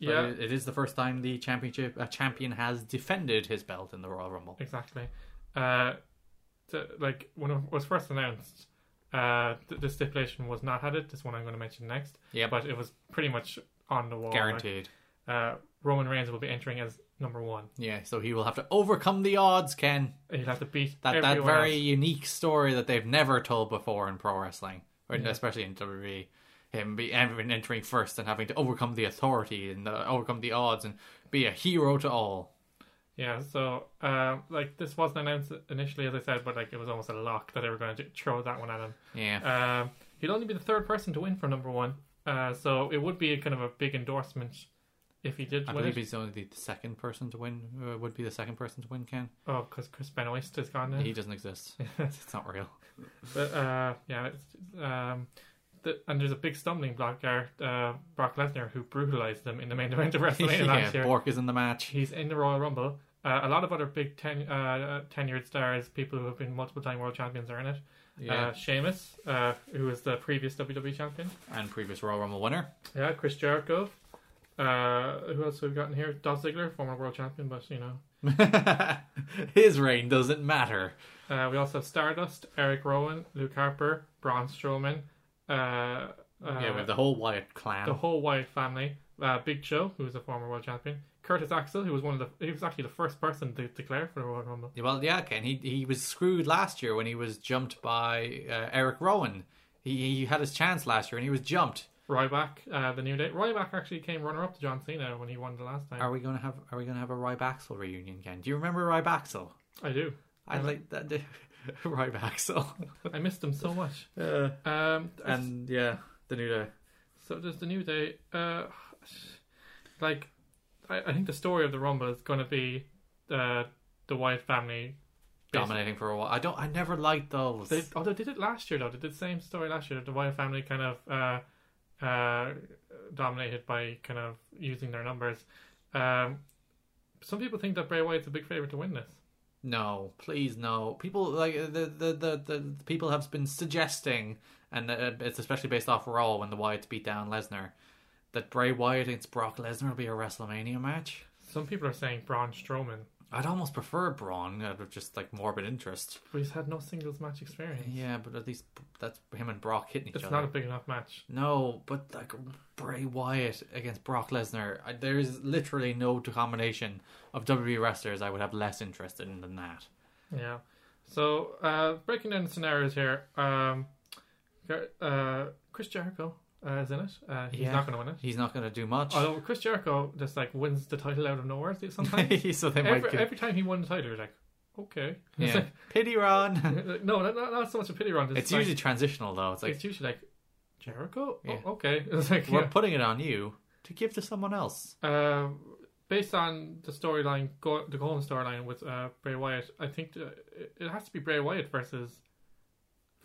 C: But
B: yeah,
C: it- it is the first time the championship a champion has defended his belt in the Royal Rumble.
B: exactly. Uh, so, like when it was first announced, uh, th- the stipulation was not added. This one I'm going to mention next,
C: Yeah, but
B: but it was pretty much on the wall. like,
C: guaranteed.
B: uh, Roman Reigns will be entering as number one.
C: Yeah, so he will have to overcome the odds, Ken.
B: He'll have to beat
C: That that
B: everyone
C: very
B: else.
C: unique story that they've never told before in pro wrestling, or in- especially in WWE. Him be everyone entering first and having to overcome the authority and uh, overcome the odds and be a hero to all.
B: Yeah, so um, like this wasn't announced initially, as I said, but like it was almost a lock that they were going to throw that one at him.
C: Yeah,
B: Um, he'd only be the third person to win for number one, uh, so it would be a kind of a big endorsement if he did
C: I
B: win.
C: believe
B: It.
C: he's only the second person to win. Uh, would be the second person to win, Ken.
B: Oh, because Chris Benoist is gone now.
C: He doesn't exist. it's not real.
B: But uh, yeah, it's, um, the, and there's a big stumbling block there. Uh, Brock Lesnar, who brutalized them in the main event of WrestleMania last
C: yeah,
B: year.
C: Bork is in the match.
B: He's in the Royal Rumble. Uh, a lot of other big ten, uh, tenured stars, people who have been multiple time world champions, are in it.
C: Yeah,
B: uh, Sheamus, uh, who was the previous WWE champion.
C: and previous Royal Rumble winner.
B: Yeah, Chris Jericho. Uh, who else have we gotten here? Dolph Ziggler, former world champion, but you know.
C: His reign doesn't matter.
B: Uh, we also have Stardust, Eric Rowan, Luke Harper, Braun Strowman. Uh, uh,
C: yeah, we have the whole Wyatt clan.
B: the whole Wyatt family. Uh, Big Show, who was a former world champion. Curtis Axel, who was one of the, he was actually the first person to declare for the Royal Rumble.
C: Yeah, Well, yeah, Ken. He he was screwed last year when he was jumped by uh, Eric Rowan. He he had his chance last year and he was jumped.
B: Ryback, uh, the New Day. Ryback actually came runner-up to John Cena when he won the last time.
C: Are we gonna have Are we gonna have a Rybacksel reunion, Ken? Do you remember Rybacksel?
B: I do.
C: I like that Rybacksel.
B: I missed him so much.
C: Uh,
B: Um,
C: and yeah, the new day.
B: So there's the new day. Uh, like, I, I think the story of the Rumble is going to be uh, the Wyatt family.
C: dominating for a while. I don't. I never liked those.
B: They, although they did it last year, though. They did the same story last year. The Wyatt family kind of uh, uh, dominated by kind of using their numbers. Um, some people think that Bray Wyatt's a big favorite to win this.
C: No, please no. People like the the the, the people have been suggesting, and uh, it's especially based off Raw when the Wyatts beat down Lesnar, that Bray Wyatt against Brock Lesnar will be a WrestleMania match.
B: Some people are saying Braun Strowman,
C: I'd almost prefer Braun out of just like morbid interest.
B: but he's had no singles match experience.
C: Yeah, but at least that's him and Brock hitting each
B: It's
C: other.
B: not a big enough match.
C: No, but like Bray Wyatt against Brock Lesnar, I- there is literally no combination of WWE wrestlers I would have less interest in than that.
B: Yeah. So uh, breaking down the scenarios here, um, Gar- uh, Chris Jericho uh, is in it. Uh, he's
C: Yeah.
B: not going to win it.
C: He's not going to do much.
B: Although Chris Jericho just like wins the title out of nowhere sometimes.
C: so they might
B: every,
C: give-
B: every time he won the title, you're like, okay. It's
C: Yeah. Pity Ron.
B: like, no, not, not not so much a pity round. It's,
C: It's
B: like-
C: usually transitional though. It's like
B: it's usually like Jericho.
C: Yeah.
B: Oh, okay. It's like
C: we're
B: yeah.
C: putting it on you to give to someone else.
B: Uh, based on the storyline, go- the golden storyline with uh, Bray Wyatt, I think uh, it- it has to be Bray Wyatt versus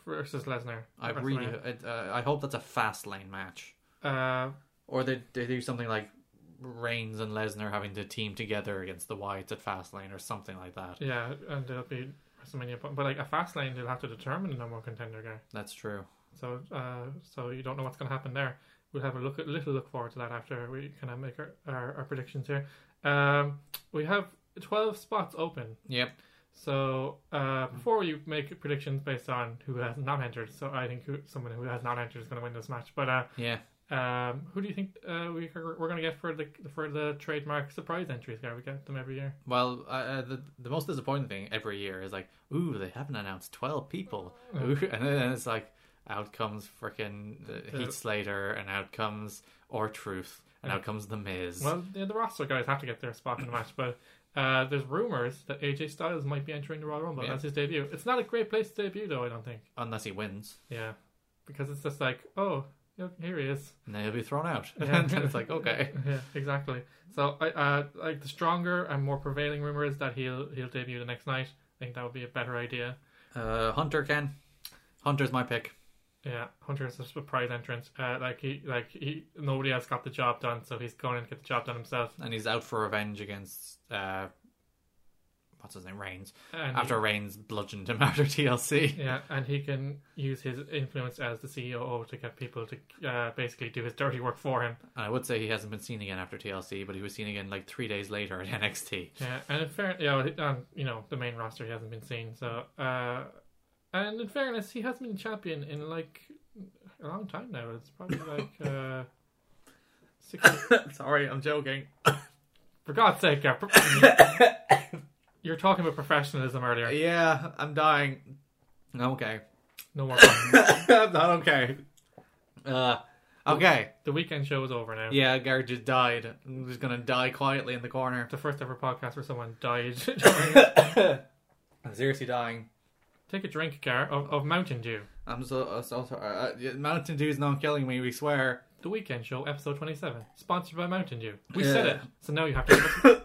B: versus Lesnar.
C: I
B: Versus
C: really,
B: Lesnar.
C: I, uh, I hope that's a fast lane match,
B: Uh,
C: or they they do something like Reigns and Lesnar having to team together against the Whites at Fastlane or something like that.
B: Yeah, and there'll be WrestleMania, but but, like a fast lane, they'll have to determine the number one contender guy.
C: That's true.
B: So, uh, so you don't know what's going to happen there. We'll have a look, a little look forward to that after we kind of make our, our, our predictions here. Um, we have twelve spots open.
C: Yep.
B: So uh, before you make predictions based on who has not entered, so I think who, someone who has not entered is going to win this match. But uh,
C: Yeah.
B: um, who do you think uh, we are, we're going to get for the for the trademark surprise entries? Guy, we get them every year.
C: Well, uh, uh, the the most disappointing thing every year is like, ooh, they haven't announced twelve people, ooh, and then it's like, out comes frickin' uh,
B: The-
C: Heath Slater, and out comes or Truth, and out comes the Miz.
B: Well, the, the roster guys have to get their spot in the match, but uh, there's rumors that AJ Styles might be entering the Royal Rumble.
C: Yeah.
B: That's his debut. It's not a great place to debut, though. I don't think.
C: Unless he wins,
B: Yeah, because it's just like, oh, yeah, here he is.
C: and then he'll be thrown out.
B: Yeah.
C: and it's like, okay,
B: Yeah, exactly. So, I uh, like the stronger and more prevailing rumor is that he'll he'll debut the next night. I think that would be a better idea.
C: uh, Hunter can. Hunter's my pick.
B: Yeah, Hunter is a surprise entrance. Uh, like he, like he, nobody else got the job done, so he's going in to get the job done himself.
C: and he's out for revenge against uh, what's his name, Reigns.
B: And he-
C: After Reigns bludgeoned him after TLC,
B: Yeah, and he can use his influence as the CEO to get people to uh, basically do his dirty work for him.
C: and I would say he hasn't been seen again after TLC, but he was seen again like three days later at NXT.
B: Yeah, and in fair, yeah, on you know the main roster he hasn't been seen. So, uh, and in fairness, he hasn't been champion in like a long time now. It's probably like uh, six.
C: Sorry, I'm joking.
B: For God's sake, yeah, pro- you're talking about professionalism earlier.
C: Yeah, I'm dying. Okay,
B: No more. fun.
C: I'm not okay. Uh, okay.
B: the weekend show is over now.
C: Yeah, Garrett just died. I'm just gonna die quietly in the corner.
B: The first ever podcast where someone died.
C: I'm seriously dying.
B: Take a drink, Gar, of, of Mountain Dew.
C: I'm so, uh, so sorry. Uh, yeah, Mountain Dew's not killing me. We swear.
B: The Weekend Show, episode 27, sponsored by Mountain Dew. We
C: Yeah.
B: said it, so now you have to.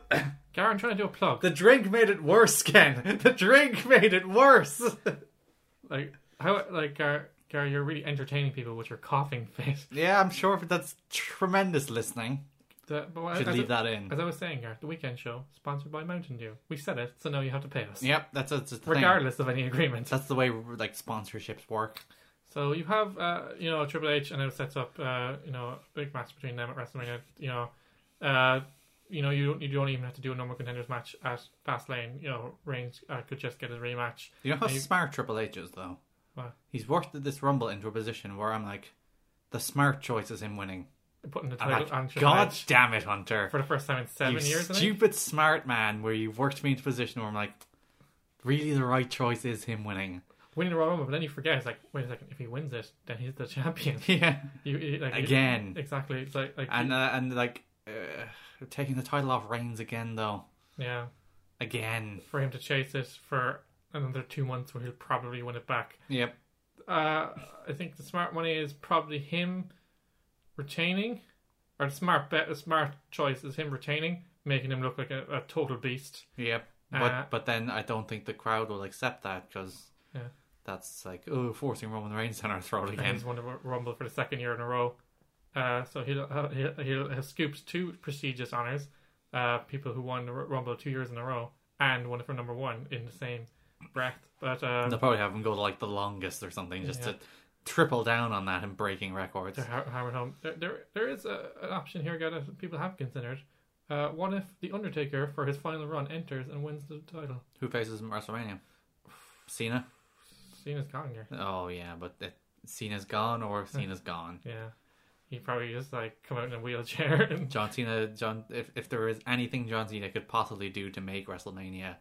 B: Garen, trying to do a plug.
C: The drink made it worse, Ken. The drink made it worse.
B: Like, how, like, Gar, Gar, you're really entertaining people with your coughing fit.
C: yeah, I'm sure that's tremendous listening.
B: The, but what-
C: Should
B: as,
C: leave
B: I,
C: that in.
B: as I was saying, Gar, The Weekend Show, sponsored by Mountain Dew. We said it, so now you have to pay us.
C: Yep, that's that's the thing.
B: Regardless of any agreement.
C: That's the way like sponsorships work.
B: So you have, uh, you know, Triple H, and it sets up, uh, you know, a big match between them at WrestleMania. You know, uh, you know, you don't, you don't even have to do a normal contenders match at Fastlane. You know, Reigns uh, could just get his rematch.
C: You know how
B: you-
C: smart Triple H is, though.
B: What?
C: He's worked this Rumble into a position where I'm like, the smart choice is him winning.
B: putting the
C: I'm
B: title
C: like,
B: on Triple
C: God
B: H
C: damn it, Hunter!
B: for the first time in
C: You
B: seven years. I think.
C: stupid smart man, where you've worked me into a position where I'm like, really, the right choice is him winning.
B: Winning the Royal Rumble, but then you forget. It's like, wait a second, if he wins it, then he's the champion.
C: Yeah,
B: You, you- like, you-
C: again.
B: exactly. It's like, like
C: and uh, and like uh, taking the title off Reigns again though.
B: yeah,
C: Again.
B: for him to chase it for another two months, where he'll probably win it back.
C: Yep.
B: Uh, I think the smart money is probably him retaining, or the smart bet, the smart choice is him retaining, making him look like a, a total beast.
C: Yep.
B: Uh,
C: but but then I don't think the crowd will accept that because
B: Yeah.
C: that's like oh forcing Roman Reigns down our throat
B: And
C: again.
B: he's won the Ru- Rumble for the second year in a row. Uh, so he'll, uh, he'll he'll have scooped two prestigious honors, uh, people who won the Ru- Rumble two years in a row and won it for number one in the same breath. But uh,
C: They'll probably have him go to like the longest or something just
B: Yeah. Uh-huh.
C: to triple down on that and breaking records.
B: they're har- hammered home. There, there, there is a, an option here, guy, that people have considered. Uh, what if the Undertaker, for his final run, enters and wins the title?
C: Who faces him at WrestleMania? Cena.
B: Cena's gone here.
C: Oh yeah, but it, Cena's gone
B: Uh-huh.
C: or Cena's gone.
B: Yeah, he probably just like come out in a wheelchair and
C: John Cena, John, if if there is anything John Cena could possibly do to make WrestleMania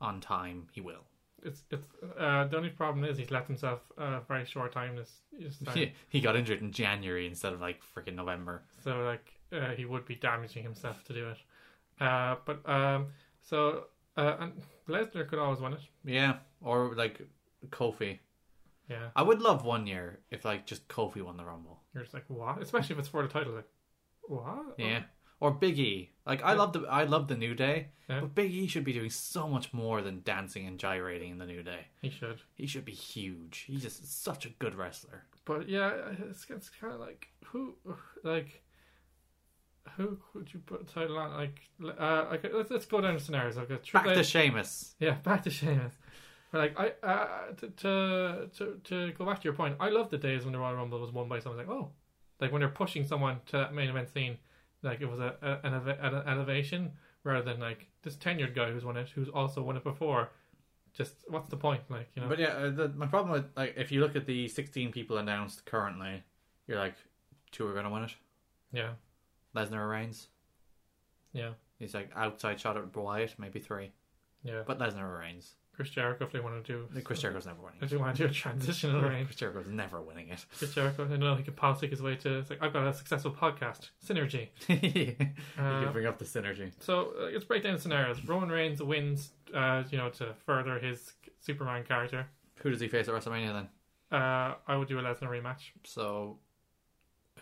C: on time, he will.
B: it's it's. Uh, the only problem is he's left himself a very short time this, this time,
C: he, he got injured in January instead of like freaking November.
B: so like uh, he would be damaging himself to do it. Uh, but um, so uh, and Lesnar could always win it.
C: Yeah, or like Kofi.
B: Yeah,
C: I would love one year if like just Kofi won the Rumble.
B: you're just like what, especially if it's for the title. Like what?
C: Yeah, or Big E. Like I love the I love the New Day,
B: Yeah.
C: but Big E should be doing so much more than dancing and gyrating in the New Day.
B: he should.
C: He should be huge. He's just such a good wrestler.
B: But yeah, it's, it's kind of like who like Who would you put a title on? Like, uh, okay, let's, let's go down the scenarios. I've got
C: Back
B: Triple
C: to
B: H-
C: Seamus.
B: Yeah, back to Sheamus. But like I uh, to, to to to go back to your point, I love the days when the Royal Rumble was won by someone like oh, like when they're pushing someone to that main event scene, like it was a, a an, eleva- an elevation rather than like this tenured guy who's won it, who's also won it before. Just what's the point? Like you know,
C: But yeah, uh, the, my problem with like if you look at the 16 people announced currently, you're like, two are gonna win it.
B: yeah,
C: Lesnar Reigns.
B: yeah,
C: He's like outside shot at Wyatt, maybe three,
B: yeah.
C: but Lesnar Reigns.
B: Chris Jericho, if they want to do,
C: Chris Jericho's never
B: if
C: winning.
B: they want to do a transitional
C: It.
B: range,
C: Chris Jericho's never winning
B: Chris Jericho, I don't know he could politic his way to. It's like I've got a successful podcast synergy.
C: it. you
B: Uh,
C: can bring up the synergy.
B: So uh, let's break down the scenarios. Roman Reigns wins, uh, you know, to further his Superman character.
C: Who does he face at WrestleMania then?
B: Uh, I would do a Lesnar rematch.
C: So,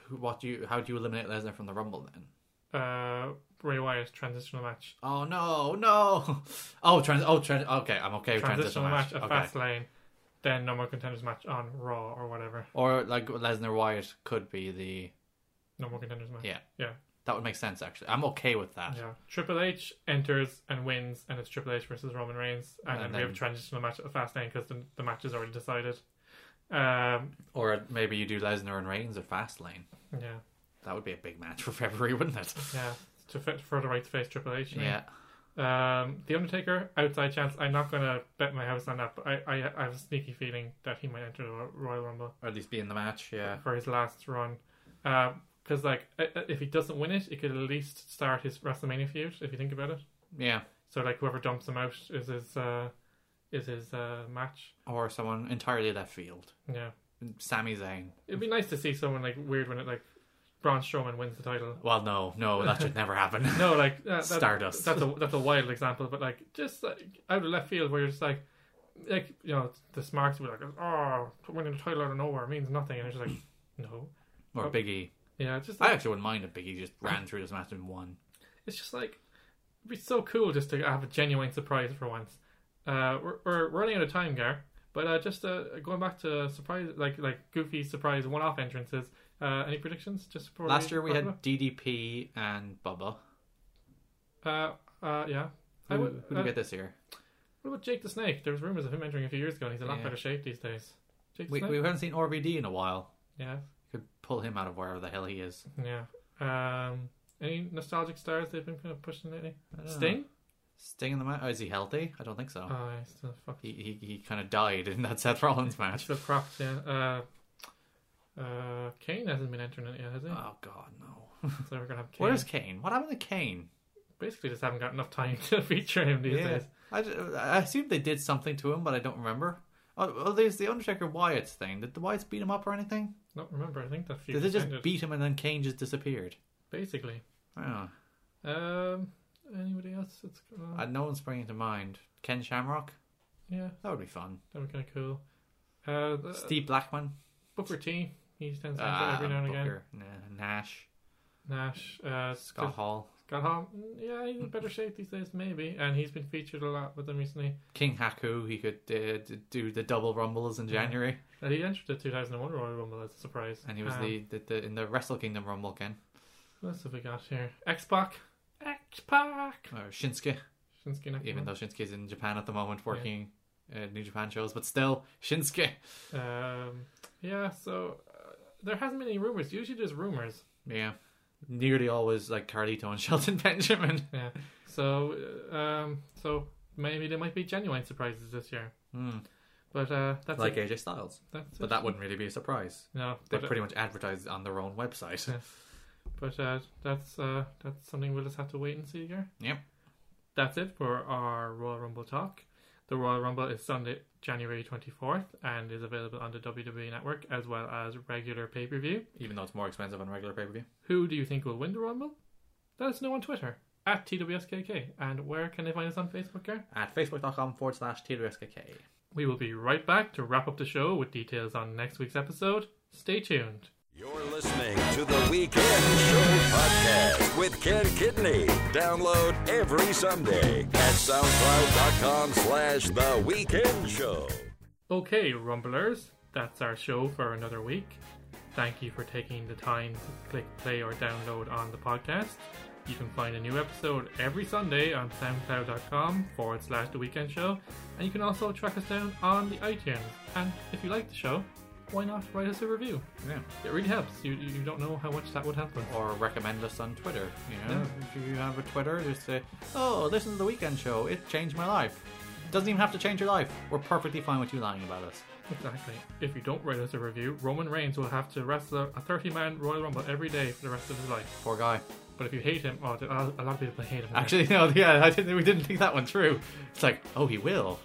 C: who, what do you? How do you eliminate Lesnar from the Rumble then?
B: Uh, Bray Wyatt transitional match.
C: Oh no, no! Oh, trans. Oh, trans. Okay, I'm okay with
B: Transitional
C: transition
B: match,
C: match.
B: at
C: Okay.
B: fast lane. Then no more contenders match on Raw or whatever.
C: Or like Lesnar Wyatt could be the.
B: No more contenders match.
C: Yeah.
B: Yeah.
C: That would make sense actually. I'm okay with that.
B: Yeah. Triple H enters and wins, and it's Triple H versus Roman Reigns, and,
C: And
B: then, we have
C: then-
B: a transitional match at fast lane because the, the match is already decided. Um,
C: Or maybe you do Lesnar and Reigns at Fastlane.
B: yeah,
C: That would be a big match for February, wouldn't it?
B: yeah. To fit for the right to face Triple H. you mean?
C: Yeah.
B: Um, the Undertaker, outside chance. I'm not gonna bet my house on that, but I, I, I have a sneaky feeling that he might enter the Ro- Royal Rumble
C: Or at least be in the match. Yeah.
B: for his last run. Because like, i- i- if he doesn't win it, it could at least start his WrestleMania feud. If you think about it,
C: Yeah.
B: so like whoever dumps him out is his uh, is his uh, match.
C: Or someone entirely left field.
B: Yeah,
C: Sami Zayn.
B: it'd be nice to see someone like weird when it like Braun Strowman wins the title.
C: Well, no, no, that should never happen.
B: No, like that, that,
C: Stardust.
B: That's a that's a wild example, but like just like, out of left field, where you're just like, like you know, the smarts were like, oh, winning the title out of nowhere means nothing, and it's just like, no,
C: Or Big E.
B: yeah, it's just
C: I
B: like,
C: actually wouldn't mind if Big E just ran through this match and won.
B: it's just like it'd be so cool just to have a genuine surprise for once. Uh, we're, we're running out of time, Gar, but uh, just uh, going back to surprise, like like goofy surprise one-off entrances. Uh, any predictions? Just before
C: Last year we
B: wrap
C: had
B: it up?
C: DDP and Bubba.
B: uh, uh, yeah. I
C: Who,
B: would-
C: who do we
B: uh,
C: get this year?
B: What about Jake the Snake? There was rumors of him entering a few years ago, and he's a lot
C: Yeah.
B: better shape these days. Jake the
C: We,
B: Snake.
C: we haven't seen RVD in a while.
B: yeah,
C: Could pull him out of wherever the hell he is.
B: yeah. Um, any nostalgic stars they've been kind of pushing lately?
C: I don't know.
B: Sting.
C: Sting in the match. Oh, is he healthy? I don't think so.
B: Oh, I still fuck.
C: he he, he kind of died in that Seth Rollins match.
B: Still props. Yeah. Uh, uh, Kane hasn't been entering it yet, has he?
C: Oh God, no.
B: so we're gonna have Kane.
C: Where is Kane? What happened to Kane?
B: Basically, just haven't got enough time to feature him these days.
C: I, I assume they did something to him, but I don't remember. Oh, well, there's the Undertaker Wyatt's thing. Did the Wyatts beat him up or anything?
B: Don't remember. I think that feud
C: Did they
B: was
C: just
B: ended,
C: beat him and then Kane just disappeared?
B: basically.
C: Oh,
B: Um, anybody else? It's uh,
C: I, no one's springing to mind. Ken Shamrock.
B: yeah,
C: That would be fun.
B: that would be kind of cool. Uh, the-
C: Steve Blackman.
B: Booker T. He tends to enter
C: Ah,
B: every now and again.
C: Booker. Nah, Nash.
B: Nash, uh,
C: Scott
B: Scott,
C: Hall.
B: Scott Hall. mm, Yeah, he's in better shape these days, maybe. And he's been featured a lot with them recently.
C: King Haku. He could uh, d- do the double rumbles in January,
B: And he entered the 2001 Royal Rumble as a surprise.
C: and he was
B: Um,
C: the, the, the in the Wrestle Kingdom Rumble again.
B: What else have we got here? X Pac. X Pac.
C: Or Uh, Shinsuke.
B: Shinsuke Nakamura.
C: even though Shinsuke's in Japan at the moment working uh, New Japan shows, but still Shinsuke.
B: Um, yeah, so uh, there hasn't been any rumors. Usually there's rumors.
C: Yeah, nearly always like Carlito and Shelton Benjamin.
B: Yeah. So, uh, um, so maybe there might be genuine surprises this year.
C: Hmm.
B: But uh, that's
C: Like
B: it.
C: AJ Styles,
B: That's
C: but
B: it.
C: that wouldn't really be a surprise.
B: no,
C: They
B: but, uh,
C: pretty much advertised on their own website.
B: Yeah. But uh, that's uh, that's something we'll just have to wait and see here.
C: Yep.
B: That's it for our Royal Rumble talk. The Royal Rumble is Sunday, January 24th, and is available on the WWE Network as well as regular pay per view.
C: Even though it's more expensive on regular pay per view.
B: Who do you think will win the Rumble? Let us know on Twitter at TWSKK. And where can they find us on Facebook, Gar?
C: At facebook.com forward slash TWSKK.
B: We will be right back to wrap up the show with details on next week's episode. Stay tuned.
A: You're listening to the Weekend Show podcast with Ken Kidney. Download every Sunday at soundcloud.com slash the weekend show.
B: Okay, Rumblers, that's our show for another week. Thank you for taking the time to click play or download on the podcast. You can find a new episode every Sunday on soundcloud.com forward slash The Weekend Show, and you can also track us down on the iTunes. And if you like the show, why not write us a review?
C: Yeah.
B: It really helps. You, you don't know how much that would help us.
C: Or recommend us on Twitter. You know,
B: Yeah.
C: if you have a Twitter, just say, "Oh, listen to the weekend show. It changed my life." Doesn't even have to change your life. We're perfectly fine with you lying about us.
B: Exactly. If you don't write us a review, Roman Reigns will have to wrestle a 30 man Royal Rumble every day for the rest of his life.
C: Poor guy.
B: But if you hate him, oh, there are a lot of people hate him. now.
C: Actually, no. Yeah, I didn't, we didn't think that one through. It's like, oh, he will.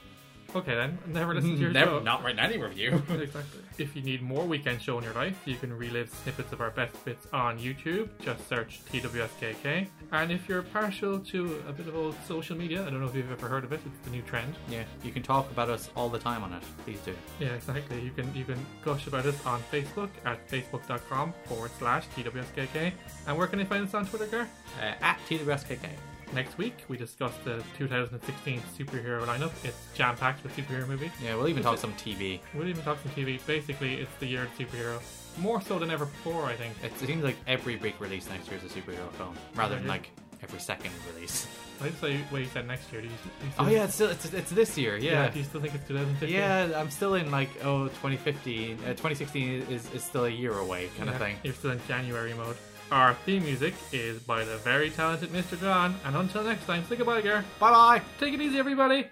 B: Okay then, never listen to your show.
C: Never, not writing any review.
B: Exactly. If you need more weekend show in your life, you can relive snippets of our best bits on YouTube. Just search TWSKK. And if you're partial to a bit of old social media, I don't know if you've ever heard of it. It's the new trend.
C: yeah, you can talk about us all the time on it. Please do.
B: Yeah, exactly. You can you can gush about us on Facebook at facebook.com forward slash TWSKK. And where can I find us on Twitter, Gar?
C: Uh, at TWSKK.
B: Next week we discuss the 2016 superhero lineup. It's jam packed with superhero movies.
C: Yeah, we'll even talk some TV.
B: We'll even talk some TV. Basically, it's the year of the superhero, more so than ever before, I think.
C: It seems like every big release next year is a superhero film, rather than like every second release.
B: I'd say wait you said next year. Do you, do you still,
C: Oh yeah, it's still it's, it's this year.
B: yeah.
C: Yeah.
B: Do you still think it's 2015?
C: yeah, I'm still in like oh 2015, uh, 2016 is, is still a year away kind
B: Yeah,
C: of thing.
B: You're still in January mode. Our theme music is by the very talented Mr. John. And until next time, say goodbye, Gar.
C: Bye bye.
B: Take it easy, everybody.